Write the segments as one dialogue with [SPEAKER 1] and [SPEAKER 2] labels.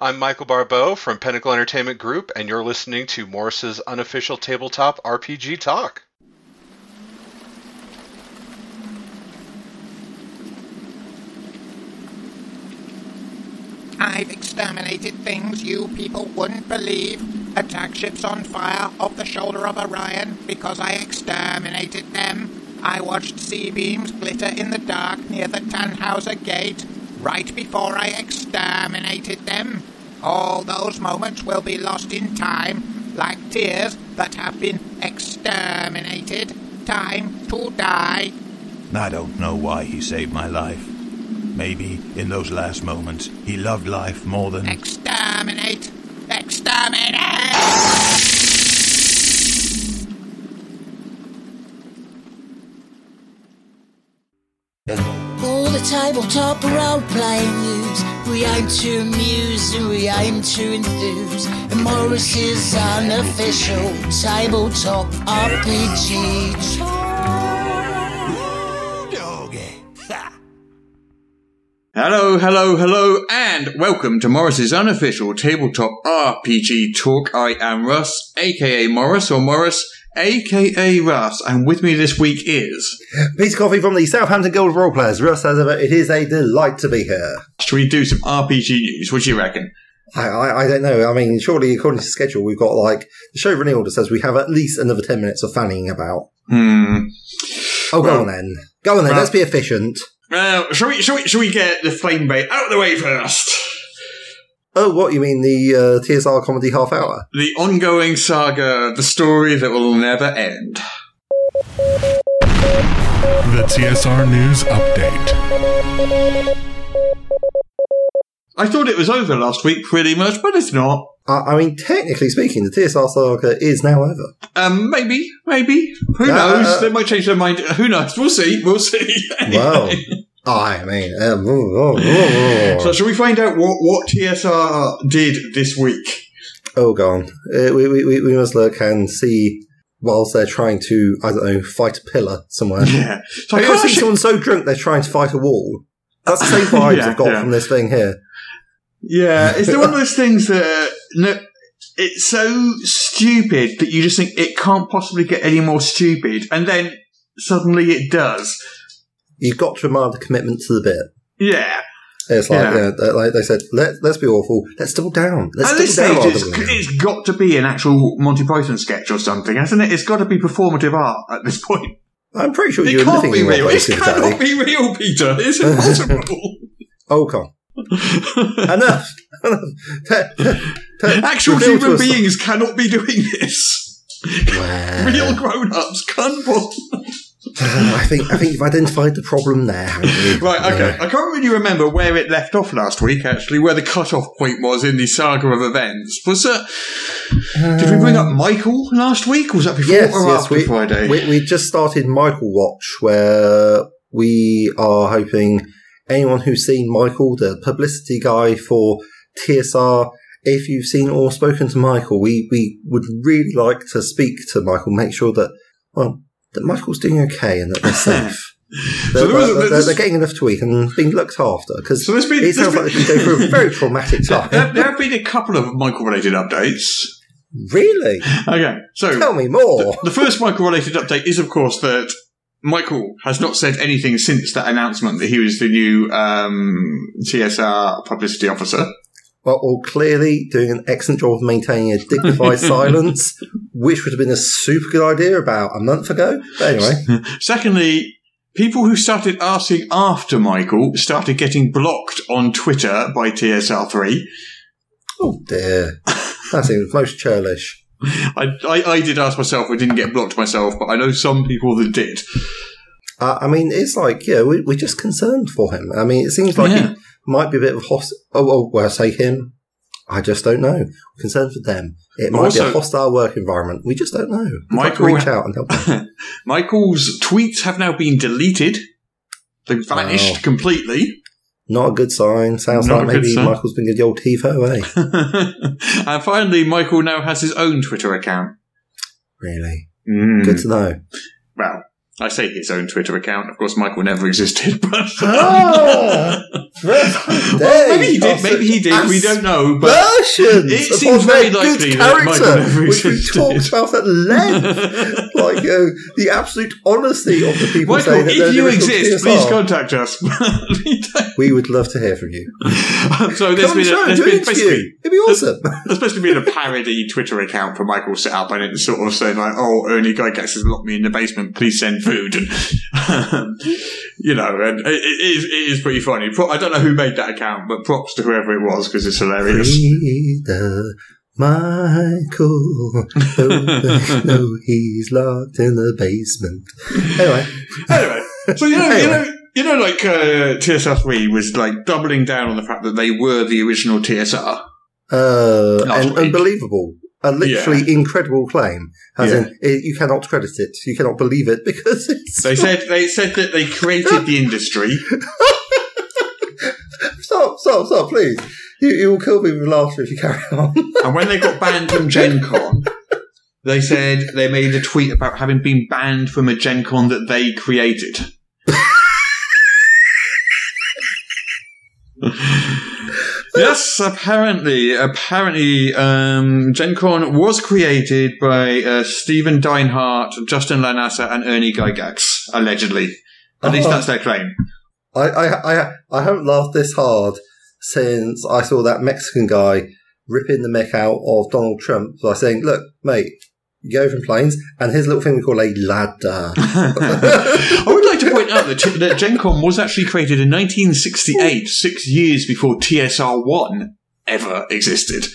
[SPEAKER 1] I'm Michael Barbeau from Pinnacle Entertainment Group, and you're listening to Morris's unofficial tabletop RPG talk.
[SPEAKER 2] I've exterminated things you people wouldn't believe. Attack ships on fire off the shoulder of Orion because I exterminated them. I watched sea beams glitter in the dark near the Tannhauser Gate right before I exterminated them. All those moments will be lost in time, like tears that have been exterminated. Time to die.
[SPEAKER 3] I don't know why he saved my life. Maybe in those last moments he loved life more than.
[SPEAKER 2] Exterminate! Exterminate!
[SPEAKER 4] All the tabletop role playing news. We aim to amuse and we aim to enthuse. And Morris's unofficial tabletop RPG.
[SPEAKER 3] Doggy.
[SPEAKER 5] Hello, hello, hello, and welcome to Morris's unofficial tabletop RPG talk. I am Russ, aka Morris, or Morris, aka Russ, and with me this week is.
[SPEAKER 6] Peace Coffee from the Southampton Guild of Roleplayers. Russ as ever, it is a delight to be here.
[SPEAKER 5] Should we do some RPG news? What do you reckon?
[SPEAKER 6] I, I, I don't know. I mean, surely according to schedule, we've got like the show running order says we have at least another ten minutes of fanning about.
[SPEAKER 5] Hmm. Well-
[SPEAKER 6] Oh, go on then. Go on then.
[SPEAKER 5] Well-
[SPEAKER 6] Let's be efficient.
[SPEAKER 5] Uh, shall we, shall we, shall we get the flame bait out of the way first?
[SPEAKER 6] Oh, what you mean the uh, TSR comedy half hour?
[SPEAKER 5] The ongoing saga, the story that will never end.
[SPEAKER 7] The TSR News Update.
[SPEAKER 5] I thought it was over last week, pretty much, but it's not.
[SPEAKER 6] I, I mean, technically speaking, the TSR saga is now over.
[SPEAKER 5] Um, maybe, maybe. Who
[SPEAKER 6] Uh,
[SPEAKER 5] knows?
[SPEAKER 6] uh,
[SPEAKER 5] they might change their mind. Who knows? We'll see. We'll see.
[SPEAKER 6] Wow. I mean, um, oh, oh, oh,
[SPEAKER 5] so,
[SPEAKER 6] oh.
[SPEAKER 5] shall we find out what, what TSR did this week?
[SPEAKER 6] oh, go on. Uh, we, we, we- we must look and see whilst they're trying to, I don't know, fight a pillar somewhere.
[SPEAKER 5] Yeah. So, I
[SPEAKER 6] Have you ever
[SPEAKER 5] can't
[SPEAKER 6] seen
[SPEAKER 5] actually,
[SPEAKER 6] someone so drunk they're trying to fight a wall? That's the same vibes
[SPEAKER 5] Yeah,
[SPEAKER 6] I've got
[SPEAKER 5] yeah.
[SPEAKER 6] from this thing here.
[SPEAKER 5] yeah. It's one of those things that no, it's so stupid that you just think it can't possibly get any more stupid, and then suddenly it does.
[SPEAKER 6] You've got to admire the commitment to the bit.
[SPEAKER 5] Yeah.
[SPEAKER 6] It's like,
[SPEAKER 5] Yeah.
[SPEAKER 6] yeah. uh, like they said, Let, let's be awful. Let's double down.
[SPEAKER 5] At
[SPEAKER 6] Let's double
[SPEAKER 5] this
[SPEAKER 6] down.
[SPEAKER 5] stage,
[SPEAKER 6] on
[SPEAKER 5] it's,
[SPEAKER 6] them.
[SPEAKER 5] it's got to be an actual Monty Python sketch or something, hasn't it? It's got to be performative art at this point.
[SPEAKER 6] I'm pretty sure
[SPEAKER 5] It
[SPEAKER 6] you're
[SPEAKER 5] can't
[SPEAKER 6] living
[SPEAKER 5] be
[SPEAKER 6] in
[SPEAKER 5] real.
[SPEAKER 6] real
[SPEAKER 5] It
[SPEAKER 6] place the
[SPEAKER 5] cannot
[SPEAKER 6] day.
[SPEAKER 5] be real, Peter. It's impossible.
[SPEAKER 6] Oh, come on. Enough. Enough. Pe- pe- pe-
[SPEAKER 5] Actual
[SPEAKER 6] reveal to
[SPEAKER 5] human
[SPEAKER 6] us-
[SPEAKER 5] beings cannot be doing this.
[SPEAKER 6] Well,
[SPEAKER 5] Real grown-ups can't. bo-
[SPEAKER 6] I think I think you've identified the problem there, haven't you?
[SPEAKER 5] Right. Okay.
[SPEAKER 6] Yeah.
[SPEAKER 5] I can't really remember where it left off last week. Actually, where the cut-off point was in the saga of events was that. did we bring up Michael last week? Was that before
[SPEAKER 6] Uh, Yes,
[SPEAKER 5] or
[SPEAKER 6] yes,
[SPEAKER 5] after
[SPEAKER 6] we,
[SPEAKER 5] Friday?
[SPEAKER 6] We, we just started Michael Watch, where we are hoping anyone who's seen Michael, the publicity guy for TSR, if you've seen or spoken to Michael, we, we would really like to speak to Michael, make sure that, well, that Michael's doing okay and that they're safe.
[SPEAKER 5] So
[SPEAKER 6] They're,
[SPEAKER 5] there was-
[SPEAKER 6] they're-
[SPEAKER 5] there's-
[SPEAKER 6] they're getting enough to eat and being looked after because
[SPEAKER 5] So there's been-
[SPEAKER 6] it sounds
[SPEAKER 5] there's
[SPEAKER 6] like they've been going through a very traumatic
[SPEAKER 5] there,
[SPEAKER 6] time.
[SPEAKER 5] there have been a couple of Michael-related updates.
[SPEAKER 6] really?
[SPEAKER 5] Okay, so
[SPEAKER 6] Tell me more.
[SPEAKER 5] the first Michael-related update is, of course, that Michael has not said anything since that announcement that he was the new um, TSR publicity officer.
[SPEAKER 6] Well, or clearly doing an excellent job of maintaining a dignified silence, which would have been a super good idea about a month ago. But anyway,
[SPEAKER 5] Secondly, people who started asking after Michael started getting blocked on Twitter by TSR3.
[SPEAKER 6] oh dear, that seems most churlish.
[SPEAKER 5] I, I, I did ask myself, I didn't get blocked myself, but I know some people that did.
[SPEAKER 6] Uh, I mean, it's like yeah, we, we're just concerned for him. I mean, it seems like
[SPEAKER 5] Yeah.
[SPEAKER 6] he might be a bit of a hostile. Oh, oh, well, I say him. I just don't know. Concerned for them. It might be
[SPEAKER 5] Also-
[SPEAKER 6] a hostile work environment. We just don't know. We've got to
[SPEAKER 5] Michael-
[SPEAKER 6] reach out and help. them.
[SPEAKER 5] Michael's tweets have now been deleted. They vanished
[SPEAKER 6] Wow.
[SPEAKER 5] completely.
[SPEAKER 6] Not a good sign. Sounds
[SPEAKER 5] Not a
[SPEAKER 6] like
[SPEAKER 5] good
[SPEAKER 6] maybe
[SPEAKER 5] sign.
[SPEAKER 6] Michael's been good the old TiVo, eh?
[SPEAKER 5] and finally, Michael now has his own Twitter account. Hmm.
[SPEAKER 6] Mm. really? Good to know.
[SPEAKER 5] Well, I say his own Twitter account. Of course, Michael never existed, but
[SPEAKER 6] Ah!
[SPEAKER 5] Well, maybe he did. Maybe he did. We don't know. But
[SPEAKER 6] Versions
[SPEAKER 5] It
[SPEAKER 6] of
[SPEAKER 5] seems very
[SPEAKER 6] their
[SPEAKER 5] likely
[SPEAKER 6] good
[SPEAKER 5] that Michael
[SPEAKER 6] character,
[SPEAKER 5] never
[SPEAKER 6] which we
[SPEAKER 5] existed.
[SPEAKER 6] talked about at length, like uh, the absolute honesty of the people saying
[SPEAKER 5] Michael,
[SPEAKER 6] that they're
[SPEAKER 5] if you
[SPEAKER 6] the original
[SPEAKER 5] exist,
[SPEAKER 6] TSR.
[SPEAKER 5] please contact us.
[SPEAKER 6] We would love to hear from you.
[SPEAKER 5] so there's
[SPEAKER 6] Come on the
[SPEAKER 5] been,
[SPEAKER 6] show
[SPEAKER 5] a,
[SPEAKER 6] and
[SPEAKER 5] there's
[SPEAKER 6] do an
[SPEAKER 5] been
[SPEAKER 6] interview.
[SPEAKER 5] basically
[SPEAKER 6] It'd be awesome.
[SPEAKER 5] there's supposed to be a parody Twitter account for Michael set up, and it's sort of saying like, "Oh, Ernie Guy gets has locked me in the basement. Please send food." And you know, and it, it is it is pretty funny. Pro- I don't know who made that account, but props to whoever it was because it's hilarious.
[SPEAKER 6] Peter Michael, don't they know he's locked in the basement? Anyway,
[SPEAKER 5] anyway, so you know, you
[SPEAKER 6] Anyway.
[SPEAKER 5] know, you know, like uh, TSR three was like doubling down on the fact that they were the original TSR.
[SPEAKER 6] uh,
[SPEAKER 5] Last
[SPEAKER 6] an
[SPEAKER 5] week.
[SPEAKER 6] unbelievable, a literally incredible claim. As
[SPEAKER 5] Yeah.
[SPEAKER 6] in, it, you cannot credit it, you cannot believe it because it's
[SPEAKER 5] They said they said that they created the industry.
[SPEAKER 6] stop, stop, stop, please. You, you will kill me with laughter if you carry on.
[SPEAKER 5] And when they got banned from Gen Con, they said they made a tweet about having been banned from a Gen Con that they created. yes, apparently, apparently, um, Gen Con was created by uh, Stephen Deinhardt, Justin Lanasa, and Ernie Gygax, allegedly. At least
[SPEAKER 6] Oh.
[SPEAKER 5] that's their claim.
[SPEAKER 6] I, I, I, I haven't laughed this hard since I saw that Mexican guy ripping the mech out of Donald Trump by saying, "Look, mate." You go from planes, and here's a little thing we call a ladder.
[SPEAKER 5] I would like to point out that, that Gen Con was actually created in 1968, six years before TSR1 ever existed.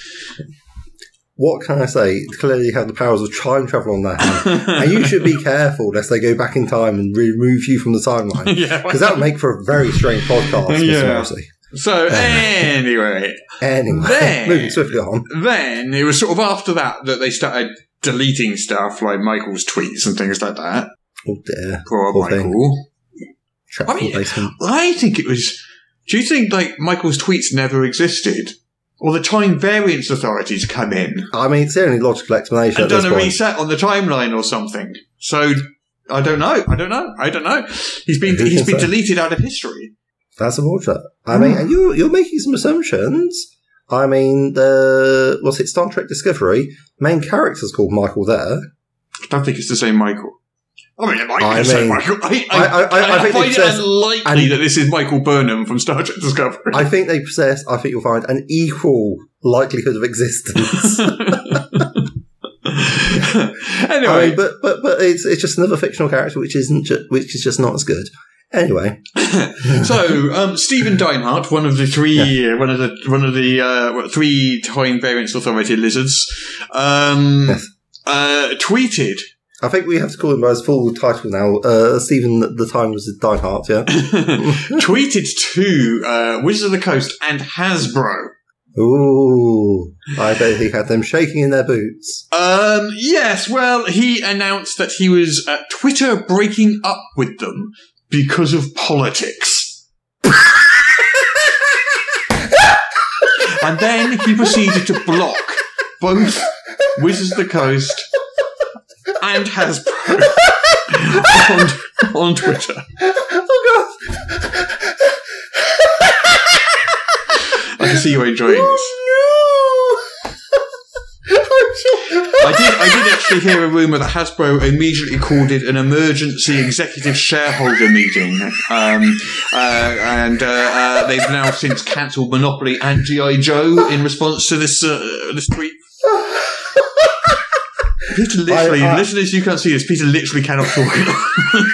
[SPEAKER 6] What can I say? Clearly, you have the powers of time travel on that, hand, and you should be careful lest they go back in time and remove you from the timeline.
[SPEAKER 5] Yeah.
[SPEAKER 6] because that would make for a very strange podcast. Mr.
[SPEAKER 5] Yeah.
[SPEAKER 6] Morrissey.
[SPEAKER 5] So, anyway,
[SPEAKER 6] Anyway,
[SPEAKER 5] There.
[SPEAKER 6] moving swiftly on.
[SPEAKER 5] then it was sort of after that that they started deleting stuff like Michael's tweets and things like that.
[SPEAKER 6] Oh dear,
[SPEAKER 5] Poor,
[SPEAKER 6] Poor thing.
[SPEAKER 5] Michael.
[SPEAKER 6] trapped
[SPEAKER 5] I mean-
[SPEAKER 6] in the basement.
[SPEAKER 5] I think it was. Do you think like Michael's tweets never existed? Or the time variance authorities come in
[SPEAKER 6] I mean, it's the only logical explanation
[SPEAKER 5] and
[SPEAKER 6] at this
[SPEAKER 5] done a
[SPEAKER 6] point.
[SPEAKER 5] reset on the timeline or something. So I don't know. I don't know. I don't know. He's been
[SPEAKER 6] Who
[SPEAKER 5] he's
[SPEAKER 6] can
[SPEAKER 5] been
[SPEAKER 6] say?
[SPEAKER 5] deleted out of history.
[SPEAKER 6] That's a water. I
[SPEAKER 5] Hmm.
[SPEAKER 6] mean, and you you're making some assumptions. I mean, the was it Star Trek Discovery? Main character's called Michael. There,
[SPEAKER 5] I don't think it's the same Michael. I mean, it might be
[SPEAKER 6] I
[SPEAKER 5] the same
[SPEAKER 6] mean-
[SPEAKER 5] Michael. I,
[SPEAKER 6] I- I- I- I think
[SPEAKER 5] find
[SPEAKER 6] it
[SPEAKER 5] it
[SPEAKER 6] says-
[SPEAKER 5] unlikely
[SPEAKER 6] and-
[SPEAKER 5] that this is Michael Burnham from Star Trek Discovery.
[SPEAKER 6] I think they possess. I think you'll find an equal likelihood of existence. I mean,
[SPEAKER 5] anyway,
[SPEAKER 6] but but but it's it's just another fictional character which isn't ju- which is just not as good. Anyway,
[SPEAKER 5] so um, Stephen Deinhardt, one of the three, uh, one of the one of the uh, what, three time variance authority lizards, um,
[SPEAKER 6] Yes.
[SPEAKER 5] uh, tweeted
[SPEAKER 6] I think we have to call him by his full title now. Uh, Stephen, at the time was Die Hard. Yeah.
[SPEAKER 5] tweeted to uh, Wizards of the Coast and Hasbro.
[SPEAKER 6] Ooh, I bet he had them shaking in their boots.
[SPEAKER 5] Um, yes, well, he announced that he was at Twitter breaking up with them because of politics. and then he proceeded to block both Wizards of the Coast and Hasbro on, on Twitter.
[SPEAKER 6] Oh god!
[SPEAKER 5] I can see you're enjoying this.
[SPEAKER 6] Oh no! I'm sure-
[SPEAKER 5] I did, I did actually hear a rumour that Hasbro immediately called it an emergency executive shareholder meeting. Um, uh, and uh, uh, they've now since cancelled Monopoly and G.I. Joe in response to this, uh, this tweet. Peter literally,
[SPEAKER 6] I- uh, I-
[SPEAKER 5] listeners, you can't see this. Peter literally cannot talk.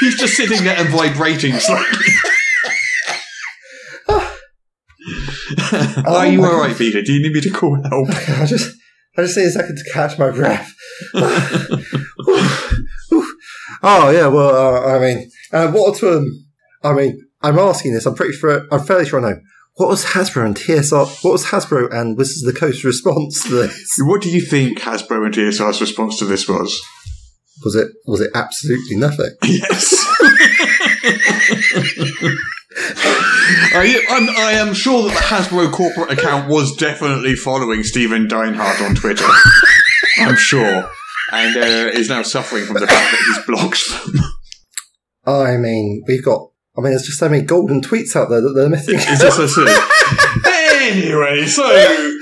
[SPEAKER 5] He's just sitting there and vibrating slightly. Are you
[SPEAKER 6] Oh my
[SPEAKER 5] alright, Peter? Do you need me to call help?
[SPEAKER 6] Oh I just, I just need a second to catch my breath. oh yeah, well, uh, I mean, uh, what to, um, I mean, I'm asking this. I'm pretty sure. I'm fairly sure I know. What was Hasbro and TSR? What was Hasbro and Wizards of the Coast response to this?
[SPEAKER 5] What do you think Hasbro and TSR's response to this was?
[SPEAKER 6] Was it was it absolutely nothing?
[SPEAKER 5] Yes. I, I'm, I am sure that the Hasbro corporate account was definitely following Stephen Deinhardt on Twitter. I'm sure. and uh, is now suffering from the fact that he's blocked them.
[SPEAKER 6] I mean, we've got. I mean, there's just so many golden tweets out there that they're missing.
[SPEAKER 5] It's just so silly. anyway, so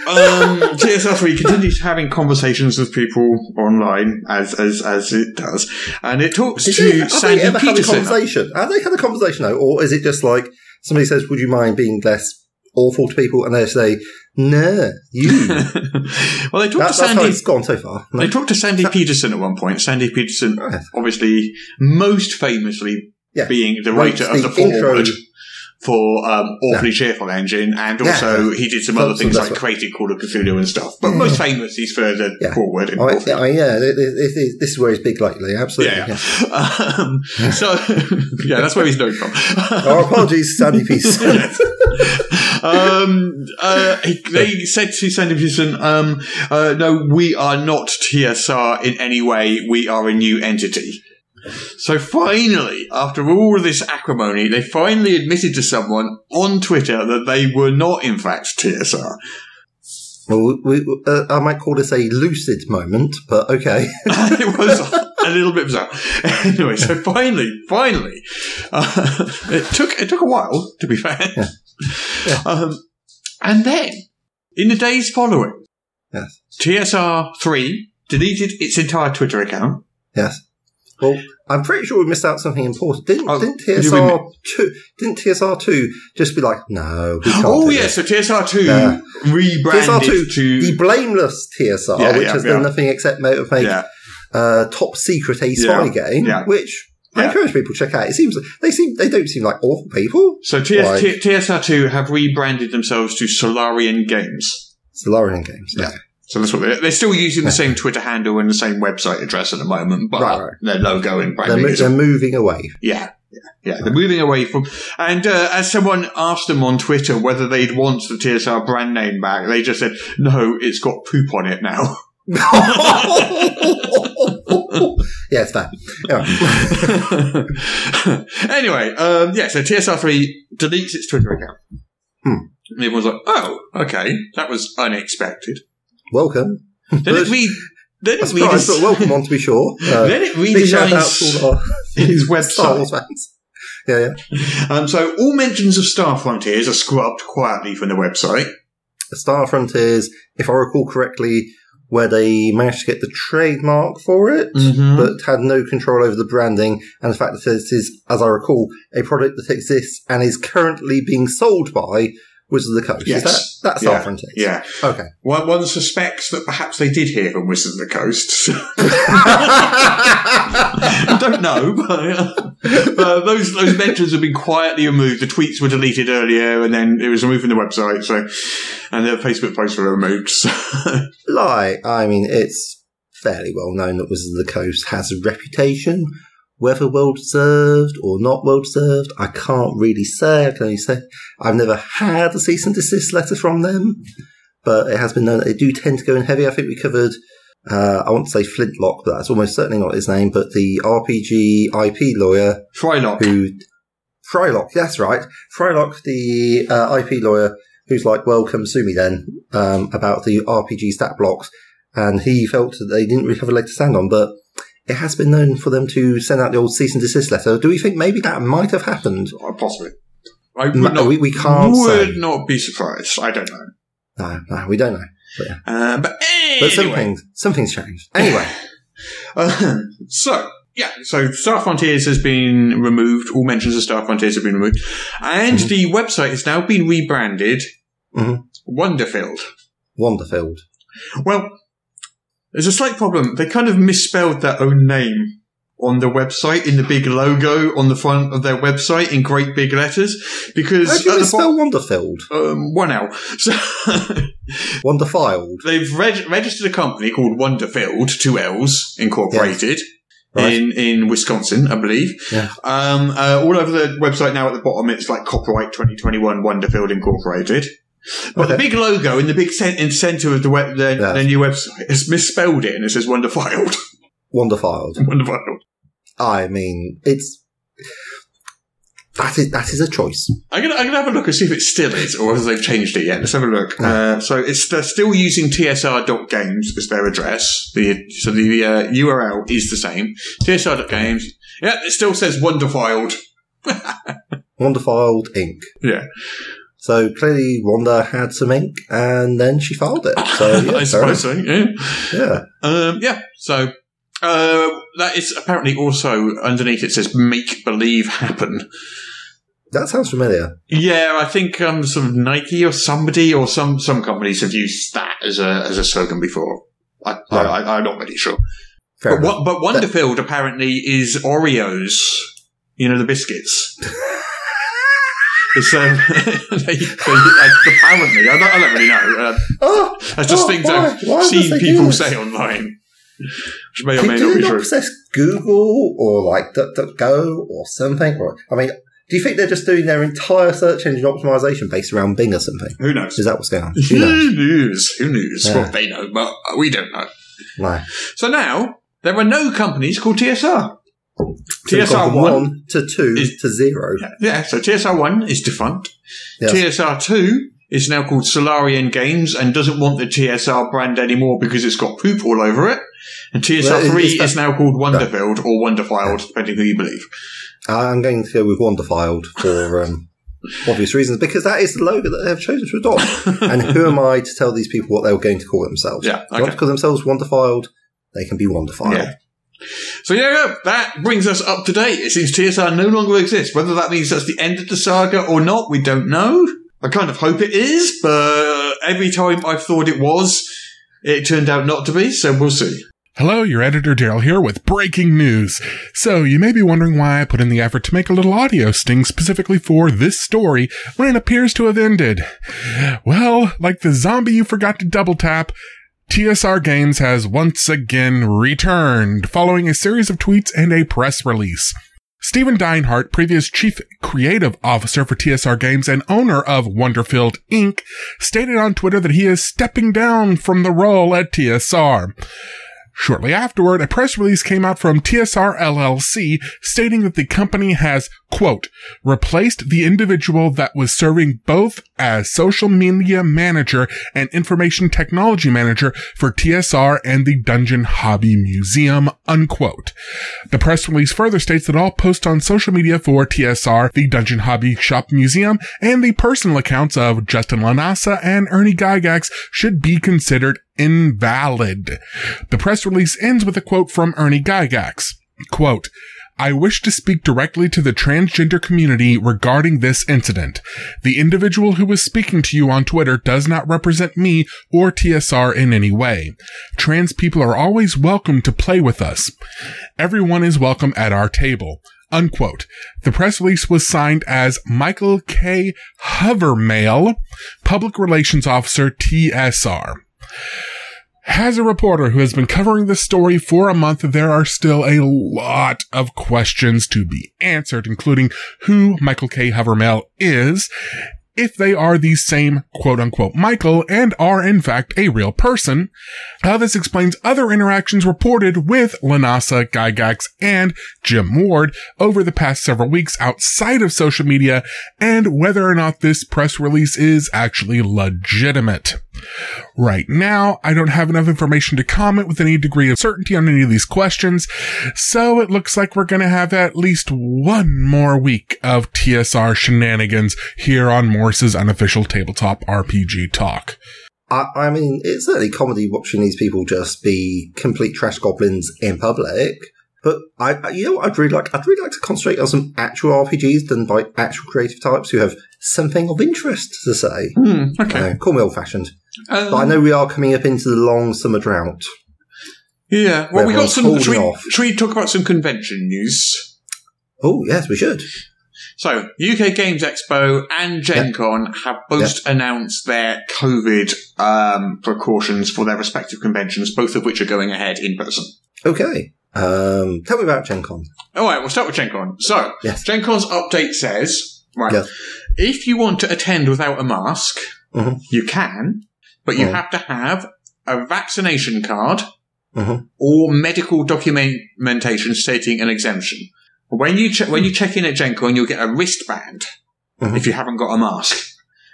[SPEAKER 5] um, TSS we continues having conversations with people online as as as it does, and it talks
[SPEAKER 6] Did they-
[SPEAKER 5] to
[SPEAKER 6] have they
[SPEAKER 5] Sandy
[SPEAKER 6] ever had a
[SPEAKER 5] Peterson.
[SPEAKER 6] conversation? Have they had a conversation though, or is it just like somebody says, "Would you mind being less awful to people?" and they say, "Nah, you." that,
[SPEAKER 5] well, they talk to
[SPEAKER 6] that's how
[SPEAKER 5] Sandy.
[SPEAKER 6] it's gone so far.
[SPEAKER 5] They talked to Sandy Peterson at one point. Sandy Peterson, obviously, most famously
[SPEAKER 6] Yeah.
[SPEAKER 5] being the
[SPEAKER 6] Wrote
[SPEAKER 5] writer of
[SPEAKER 6] the
[SPEAKER 5] the foreword
[SPEAKER 6] intro.
[SPEAKER 5] for um, Awfully Cheerful Engine, and
[SPEAKER 6] Yeah.
[SPEAKER 5] also he did some
[SPEAKER 6] So-
[SPEAKER 5] other
[SPEAKER 6] so
[SPEAKER 5] things
[SPEAKER 6] that's
[SPEAKER 5] like
[SPEAKER 6] what-
[SPEAKER 5] created Call of Cthulhu and stuff. But most famous, he's for the
[SPEAKER 6] Yeah. Oh,
[SPEAKER 5] foreword. in
[SPEAKER 6] I,
[SPEAKER 5] Awfully
[SPEAKER 6] I, yeah, th- th- th- th- this is where he's big lately. Absolutely.
[SPEAKER 5] yeah.
[SPEAKER 6] yeah.
[SPEAKER 5] yeah. Um, so, yeah, that's where he's known from.
[SPEAKER 6] Our apologies, Sandy Peterson.
[SPEAKER 5] um, uh, he- they said to Sandy Peterson, um, uh, no, we are not TSR in any way. We are a new entity. So finally, after all of this acrimony, they finally admitted to someone on Twitter that they were not, in fact, TSR.
[SPEAKER 6] well, we, uh, I might call this a lucid moment, but okay.
[SPEAKER 5] it was a little bit bizarre. Anyway, so finally, finally, uh, it took it took a while to be fair. Um, and then, in the days following,
[SPEAKER 6] Yes.
[SPEAKER 5] TSR three deleted its entire Twitter account.
[SPEAKER 6] Yes. Well, I'm pretty sure we missed out something important. Didn't,
[SPEAKER 5] Oh,
[SPEAKER 6] didn't
[SPEAKER 5] what do you
[SPEAKER 6] TSR two? Didn't TSR two just be like, no, we can't.
[SPEAKER 5] oh
[SPEAKER 6] do
[SPEAKER 5] yeah,
[SPEAKER 6] this.
[SPEAKER 5] so TSR two
[SPEAKER 6] Yeah.
[SPEAKER 5] rebranded
[SPEAKER 6] TSR two,
[SPEAKER 5] to
[SPEAKER 6] the blameless TSR,
[SPEAKER 5] Yeah,
[SPEAKER 6] which
[SPEAKER 5] yeah,
[SPEAKER 6] has
[SPEAKER 5] yeah.
[SPEAKER 6] done nothing except make, make
[SPEAKER 5] yeah.
[SPEAKER 6] uh, top secret a spy
[SPEAKER 5] Yeah,
[SPEAKER 6] game,
[SPEAKER 5] yeah.
[SPEAKER 6] which I
[SPEAKER 5] Yeah.
[SPEAKER 6] encourage people to check out. It seems they seem they don't seem like awful people.
[SPEAKER 5] So TS-
[SPEAKER 6] Like-
[SPEAKER 5] T- TSR two have rebranded themselves to Solarian Games.
[SPEAKER 6] Solarian games.
[SPEAKER 5] Yeah. So that's what they're, they're still using the same Twitter handle and the same website address at the moment, but
[SPEAKER 6] Right, right.
[SPEAKER 5] their logo and
[SPEAKER 6] They're,
[SPEAKER 5] branding
[SPEAKER 6] mo-
[SPEAKER 5] is
[SPEAKER 6] they're moving away.
[SPEAKER 5] yeah, yeah, yeah. They're moving away from. And uh, as someone asked them on Twitter whether they'd want the TSR brand name back, they just said, "No, it's got poop on it now."
[SPEAKER 6] yeah, it's fair. Anyway.
[SPEAKER 5] anyway, um, yeah. So TSR three deletes its Twitter account.
[SPEAKER 6] Hmm.
[SPEAKER 5] And everyone's like, "Oh, okay, that was unexpected."
[SPEAKER 6] Welcome.
[SPEAKER 5] Then it
[SPEAKER 6] But-
[SPEAKER 5] re- then it
[SPEAKER 6] Hmm. That's right.
[SPEAKER 5] redes-
[SPEAKER 6] but welcome on to be sure. Uh,
[SPEAKER 5] then it
[SPEAKER 6] big shout out
[SPEAKER 5] redesigns.
[SPEAKER 6] to all our
[SPEAKER 5] his
[SPEAKER 6] Star
[SPEAKER 5] website.
[SPEAKER 6] Wars fans. Yeah, yeah.
[SPEAKER 5] Um, so all mentions of Star Frontiers are scrubbed quietly from the website.
[SPEAKER 6] Star Frontiers, if I recall correctly, where they managed to get the trademark for it,
[SPEAKER 5] Mhm.
[SPEAKER 6] but had no control over the branding and the fact that this is, as I recall, a product that exists and is currently being sold by Wizards of the Coast.
[SPEAKER 5] Yes.
[SPEAKER 6] Is that that's Star
[SPEAKER 5] Yeah.
[SPEAKER 6] Frontiers?
[SPEAKER 5] Yeah.
[SPEAKER 6] Okay.
[SPEAKER 5] One, one suspects that perhaps they did hear from Wizards of the Coast. I don't know, but uh, those those mentions have been quietly removed. The tweets were deleted earlier, and then it was removed from the website. So, and their Facebook posts were removed. So.
[SPEAKER 6] Like, I mean, it's fairly well known that Wizards of the Coast has a reputation, whether well deserved or not well deserved. I can't really say. I can only say I've never had a cease and desist letter from them, but it has been known that they do tend to go in heavy. I think we covered. Uh, I won't say Flintlock, but that's almost certainly not his name. But the RPG IP lawyer
[SPEAKER 5] Frylock.
[SPEAKER 6] who Frylock, that's right. Frylock, the uh, IP lawyer, who's like, well, come sue me then, um, about the RPG stat blocks. And he felt that they didn't really have a leg to stand on, but it has been known for them to send out the old cease and desist letter. Do we think maybe that might have happened?
[SPEAKER 5] Oh, possibly. I would
[SPEAKER 6] No,
[SPEAKER 5] not,
[SPEAKER 6] we- we can't
[SPEAKER 5] would
[SPEAKER 6] say.
[SPEAKER 5] not be surprised. I don't know.
[SPEAKER 6] No, no, we don't know.
[SPEAKER 5] Um, but anyway.
[SPEAKER 6] But something's, something's changed. Anyway,
[SPEAKER 5] Uh, so yeah, so Star Frontiers has been removed. All mentions of Star Frontiers have been removed, and
[SPEAKER 6] Mm-hmm.
[SPEAKER 5] the website has now been rebranded
[SPEAKER 6] Mhm.
[SPEAKER 5] Wonderfield.
[SPEAKER 6] Wonderfield.
[SPEAKER 5] Well, there's a slight problem. They kind of misspelled their own name on the website in the big logo on the front of their website in great big letters because
[SPEAKER 6] How do
[SPEAKER 5] at
[SPEAKER 6] you
[SPEAKER 5] the
[SPEAKER 6] misspell
[SPEAKER 5] bo-
[SPEAKER 6] Wonderfield?
[SPEAKER 5] um, one L. So
[SPEAKER 6] Wonderfiled.
[SPEAKER 5] they've reg- registered a company called Wonderfield, two L's, Incorporated.
[SPEAKER 6] Right.
[SPEAKER 5] In, in Wisconsin, I believe.
[SPEAKER 6] Yeah.
[SPEAKER 5] Um, uh, all over the website now at the bottom, it's like copyright 2021 Wonderfield Incorporated. But the
[SPEAKER 6] Okay.
[SPEAKER 5] big logo in the big cen- in center of the web, their,
[SPEAKER 6] Yeah.
[SPEAKER 5] their new website has misspelled it and it says Wonderfield.
[SPEAKER 6] Wonderfiled.
[SPEAKER 5] Wonderfield.
[SPEAKER 6] I mean, it's That is that is a choice.
[SPEAKER 5] I'm gonna, I'm gonna have a look and see if it still is, or if they've changed it yet. Let's have a look. Uh, so it's they're still using tsr.games as their address. The so the uh, URL is the same. tsr.games. Yeah, it still says Wonderfiled.
[SPEAKER 6] Wonderfiled ink.
[SPEAKER 5] Yeah,
[SPEAKER 6] So clearly, Wanda had some ink, and then she filed it. So yeah,
[SPEAKER 5] I
[SPEAKER 6] fair
[SPEAKER 5] suppose so. Yeah.
[SPEAKER 6] enough. Yeah.
[SPEAKER 5] Um, yeah. So uh, that is apparently also underneath. It says make believe happen.
[SPEAKER 6] That sounds familiar.
[SPEAKER 5] Yeah, I think um, some Nike or somebody or some some companies have used that as a as a slogan before. I, I,
[SPEAKER 6] Right.
[SPEAKER 5] I, I'm not really sure.
[SPEAKER 6] Fair
[SPEAKER 5] but
[SPEAKER 6] enough.
[SPEAKER 5] what, but Wonderfield apparently is Oreos. You know the biscuits. it's um, they, they, apparently I don't, I don't really know. Uh,
[SPEAKER 6] Oh,
[SPEAKER 5] that's just
[SPEAKER 6] oh,
[SPEAKER 5] things
[SPEAKER 6] why-
[SPEAKER 5] I've
[SPEAKER 6] why was
[SPEAKER 5] seen
[SPEAKER 6] they
[SPEAKER 5] people
[SPEAKER 6] doing
[SPEAKER 5] say
[SPEAKER 6] this?
[SPEAKER 5] online, which may or
[SPEAKER 6] Did-
[SPEAKER 5] may
[SPEAKER 6] do
[SPEAKER 5] not
[SPEAKER 6] they
[SPEAKER 5] be
[SPEAKER 6] not
[SPEAKER 5] true.
[SPEAKER 6] possess Google or like DuckDuckGo or something? Or I mean, do you think they're just doing their entire search engine optimization based around Bing or something?
[SPEAKER 5] Who knows?
[SPEAKER 6] Is that what's going on?
[SPEAKER 5] Who
[SPEAKER 6] Who knows?
[SPEAKER 5] knows? Who knows?
[SPEAKER 6] Yeah.
[SPEAKER 5] Well, they know, but we don't know.
[SPEAKER 6] No.
[SPEAKER 5] So now there are no companies called TSR.
[SPEAKER 6] So we've gone
[SPEAKER 5] TSR
[SPEAKER 6] from
[SPEAKER 5] one,
[SPEAKER 6] one to two
[SPEAKER 5] is-
[SPEAKER 6] to zero.
[SPEAKER 5] yeah. So TSR one is defunct.
[SPEAKER 6] Yes.
[SPEAKER 5] TSR two is now called Solarian Games and doesn't want the TSR brand anymore because it's got poop all over it. And TSR
[SPEAKER 6] Well, it-
[SPEAKER 5] three
[SPEAKER 6] it's-
[SPEAKER 5] is now called Wonderfield or Wonderfiled, depending who you believe.
[SPEAKER 6] Uh, I'm going to go with Wonderfiled for um, obvious reasons because that is the logo that they have chosen to adopt. and who am I to tell these people what they were going to call themselves?
[SPEAKER 5] Yeah,
[SPEAKER 6] If they want
[SPEAKER 5] okay.
[SPEAKER 6] to call themselves Wonderfiled. They can be Wonderfiled.
[SPEAKER 5] Yeah. So yeah, yeah, that brings us up to date. It seems TSR no longer exists. Whether that means that's the end of the saga or not, we don't know. I kind of hope it is, but every time I thought it was, it turned out not to be. So we'll see.
[SPEAKER 7] Hello, your editor Daryl here with breaking news. So, you may be wondering why I put in the effort to make a little audio sting specifically for this story when it appears to have ended. Well, like the zombie you forgot to double tap, TSR Games has once again returned following a series of tweets and a press release. Stephen Deinhardt, previous chief creative officer for TSR Games and owner of Wonderfield Inc., stated on Twitter that he is stepping down from the role at TSR. Shortly afterward, a press release came out from TSR LLC stating that the company has, quote, replaced the individual that was serving both as social media manager and information technology manager for TSR and the Dungeon Hobby Museum, unquote. The press release further states that all posts on social media for TSR, the Dungeon Hobby Shop Museum, and the personal accounts of Justin Lanasa and Ernie Gygax should be considered invalid. The press release ends with a quote from Ernie Gygax. Quote, I wish to speak directly to the transgender community regarding this incident. The individual who was speaking to you on Twitter does not represent me or TSR in any way. Trans people are always welcome to play with us. Everyone is welcome at our table. Unquote. The press release was signed as Michael K. Hovermail, Public Relations Officer, TSR. As a reporter who has been covering this story for a month, there are still a lot of questions to be answered, including who Michael K. Hovermel is, if they are the same quote unquote Michael and are in fact a real person, how this explains other interactions reported with Lanasa, Gygax, and Jim Ward over the past several weeks outside of social media and whether or not this press release is actually legitimate. Right now, I don't have enough information to comment with any degree of certainty on any of these questions, so it looks like we're going to have at least one more week of TSR shenanigans here on Morse's unofficial tabletop RPG talk.
[SPEAKER 6] I, I mean, it's certainly comedy watching these people just be complete trash goblins in public. But I, I- you know, what I'd really like. I'd really like to concentrate on some actual RPGs done by actual creative types who have something of interest to say.
[SPEAKER 5] Hmm, okay.
[SPEAKER 6] Uh, call me old fashioned,
[SPEAKER 5] Um,
[SPEAKER 6] Uh, but I know we are coming up into the long summer drought.
[SPEAKER 5] Yeah. Well, we got
[SPEAKER 6] Everyone's
[SPEAKER 5] some.
[SPEAKER 6] holding
[SPEAKER 5] Should we,
[SPEAKER 6] off.
[SPEAKER 5] should we talk about some convention news?
[SPEAKER 6] Oh yes, we should.
[SPEAKER 5] So, UK Games Expo and Gen
[SPEAKER 6] Yeah.
[SPEAKER 5] Con have both announced their COVID um, precautions for their respective conventions, both of which are going ahead in person.
[SPEAKER 6] Okay. Um, tell me about Gen Con.
[SPEAKER 5] All right, we'll start with Gen Con. So,
[SPEAKER 6] Yes.
[SPEAKER 5] Gen Con's update says, right,
[SPEAKER 6] Yes.
[SPEAKER 5] if you want to attend without a mask,
[SPEAKER 6] Mhm.
[SPEAKER 5] you can, but you
[SPEAKER 6] Mhm.
[SPEAKER 5] have to have a vaccination card
[SPEAKER 6] Mhm.
[SPEAKER 5] or medical documentation stating an exemption. When you che- when you check in at GenCon, you'll get a wristband
[SPEAKER 6] Mhm.
[SPEAKER 5] if you haven't got a mask,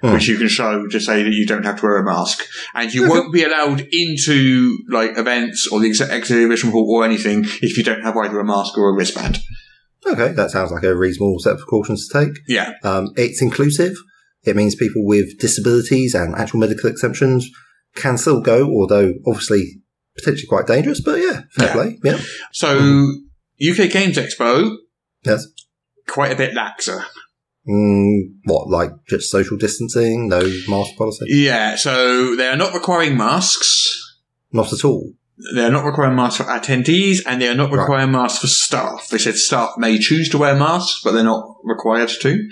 [SPEAKER 6] Hmm.
[SPEAKER 5] which you can show to say that you don't have to wear a mask, and you won't be allowed into like events or the ex- exhibition hall or anything if you don't have either a mask or a wristband.
[SPEAKER 6] Okay, that sounds like a reasonable set of precautions to take.
[SPEAKER 5] Yeah,
[SPEAKER 6] Um, it's inclusive. It means people with disabilities and actual medical exemptions can still go, although obviously potentially quite dangerous. But yeah, fair
[SPEAKER 5] Yeah.
[SPEAKER 6] play. Yeah,
[SPEAKER 5] so UK Games Expo
[SPEAKER 6] yes.
[SPEAKER 5] quite a bit laxer.
[SPEAKER 6] Mm, what like just social distancing, no mask policy,
[SPEAKER 5] Yeah, so they are not requiring masks.
[SPEAKER 6] not at all.
[SPEAKER 5] They are not requiring masks for attendees, and they are not
[SPEAKER 6] Right.
[SPEAKER 5] requiring masks for staff. They said staff may choose to wear masks, but they're not required to.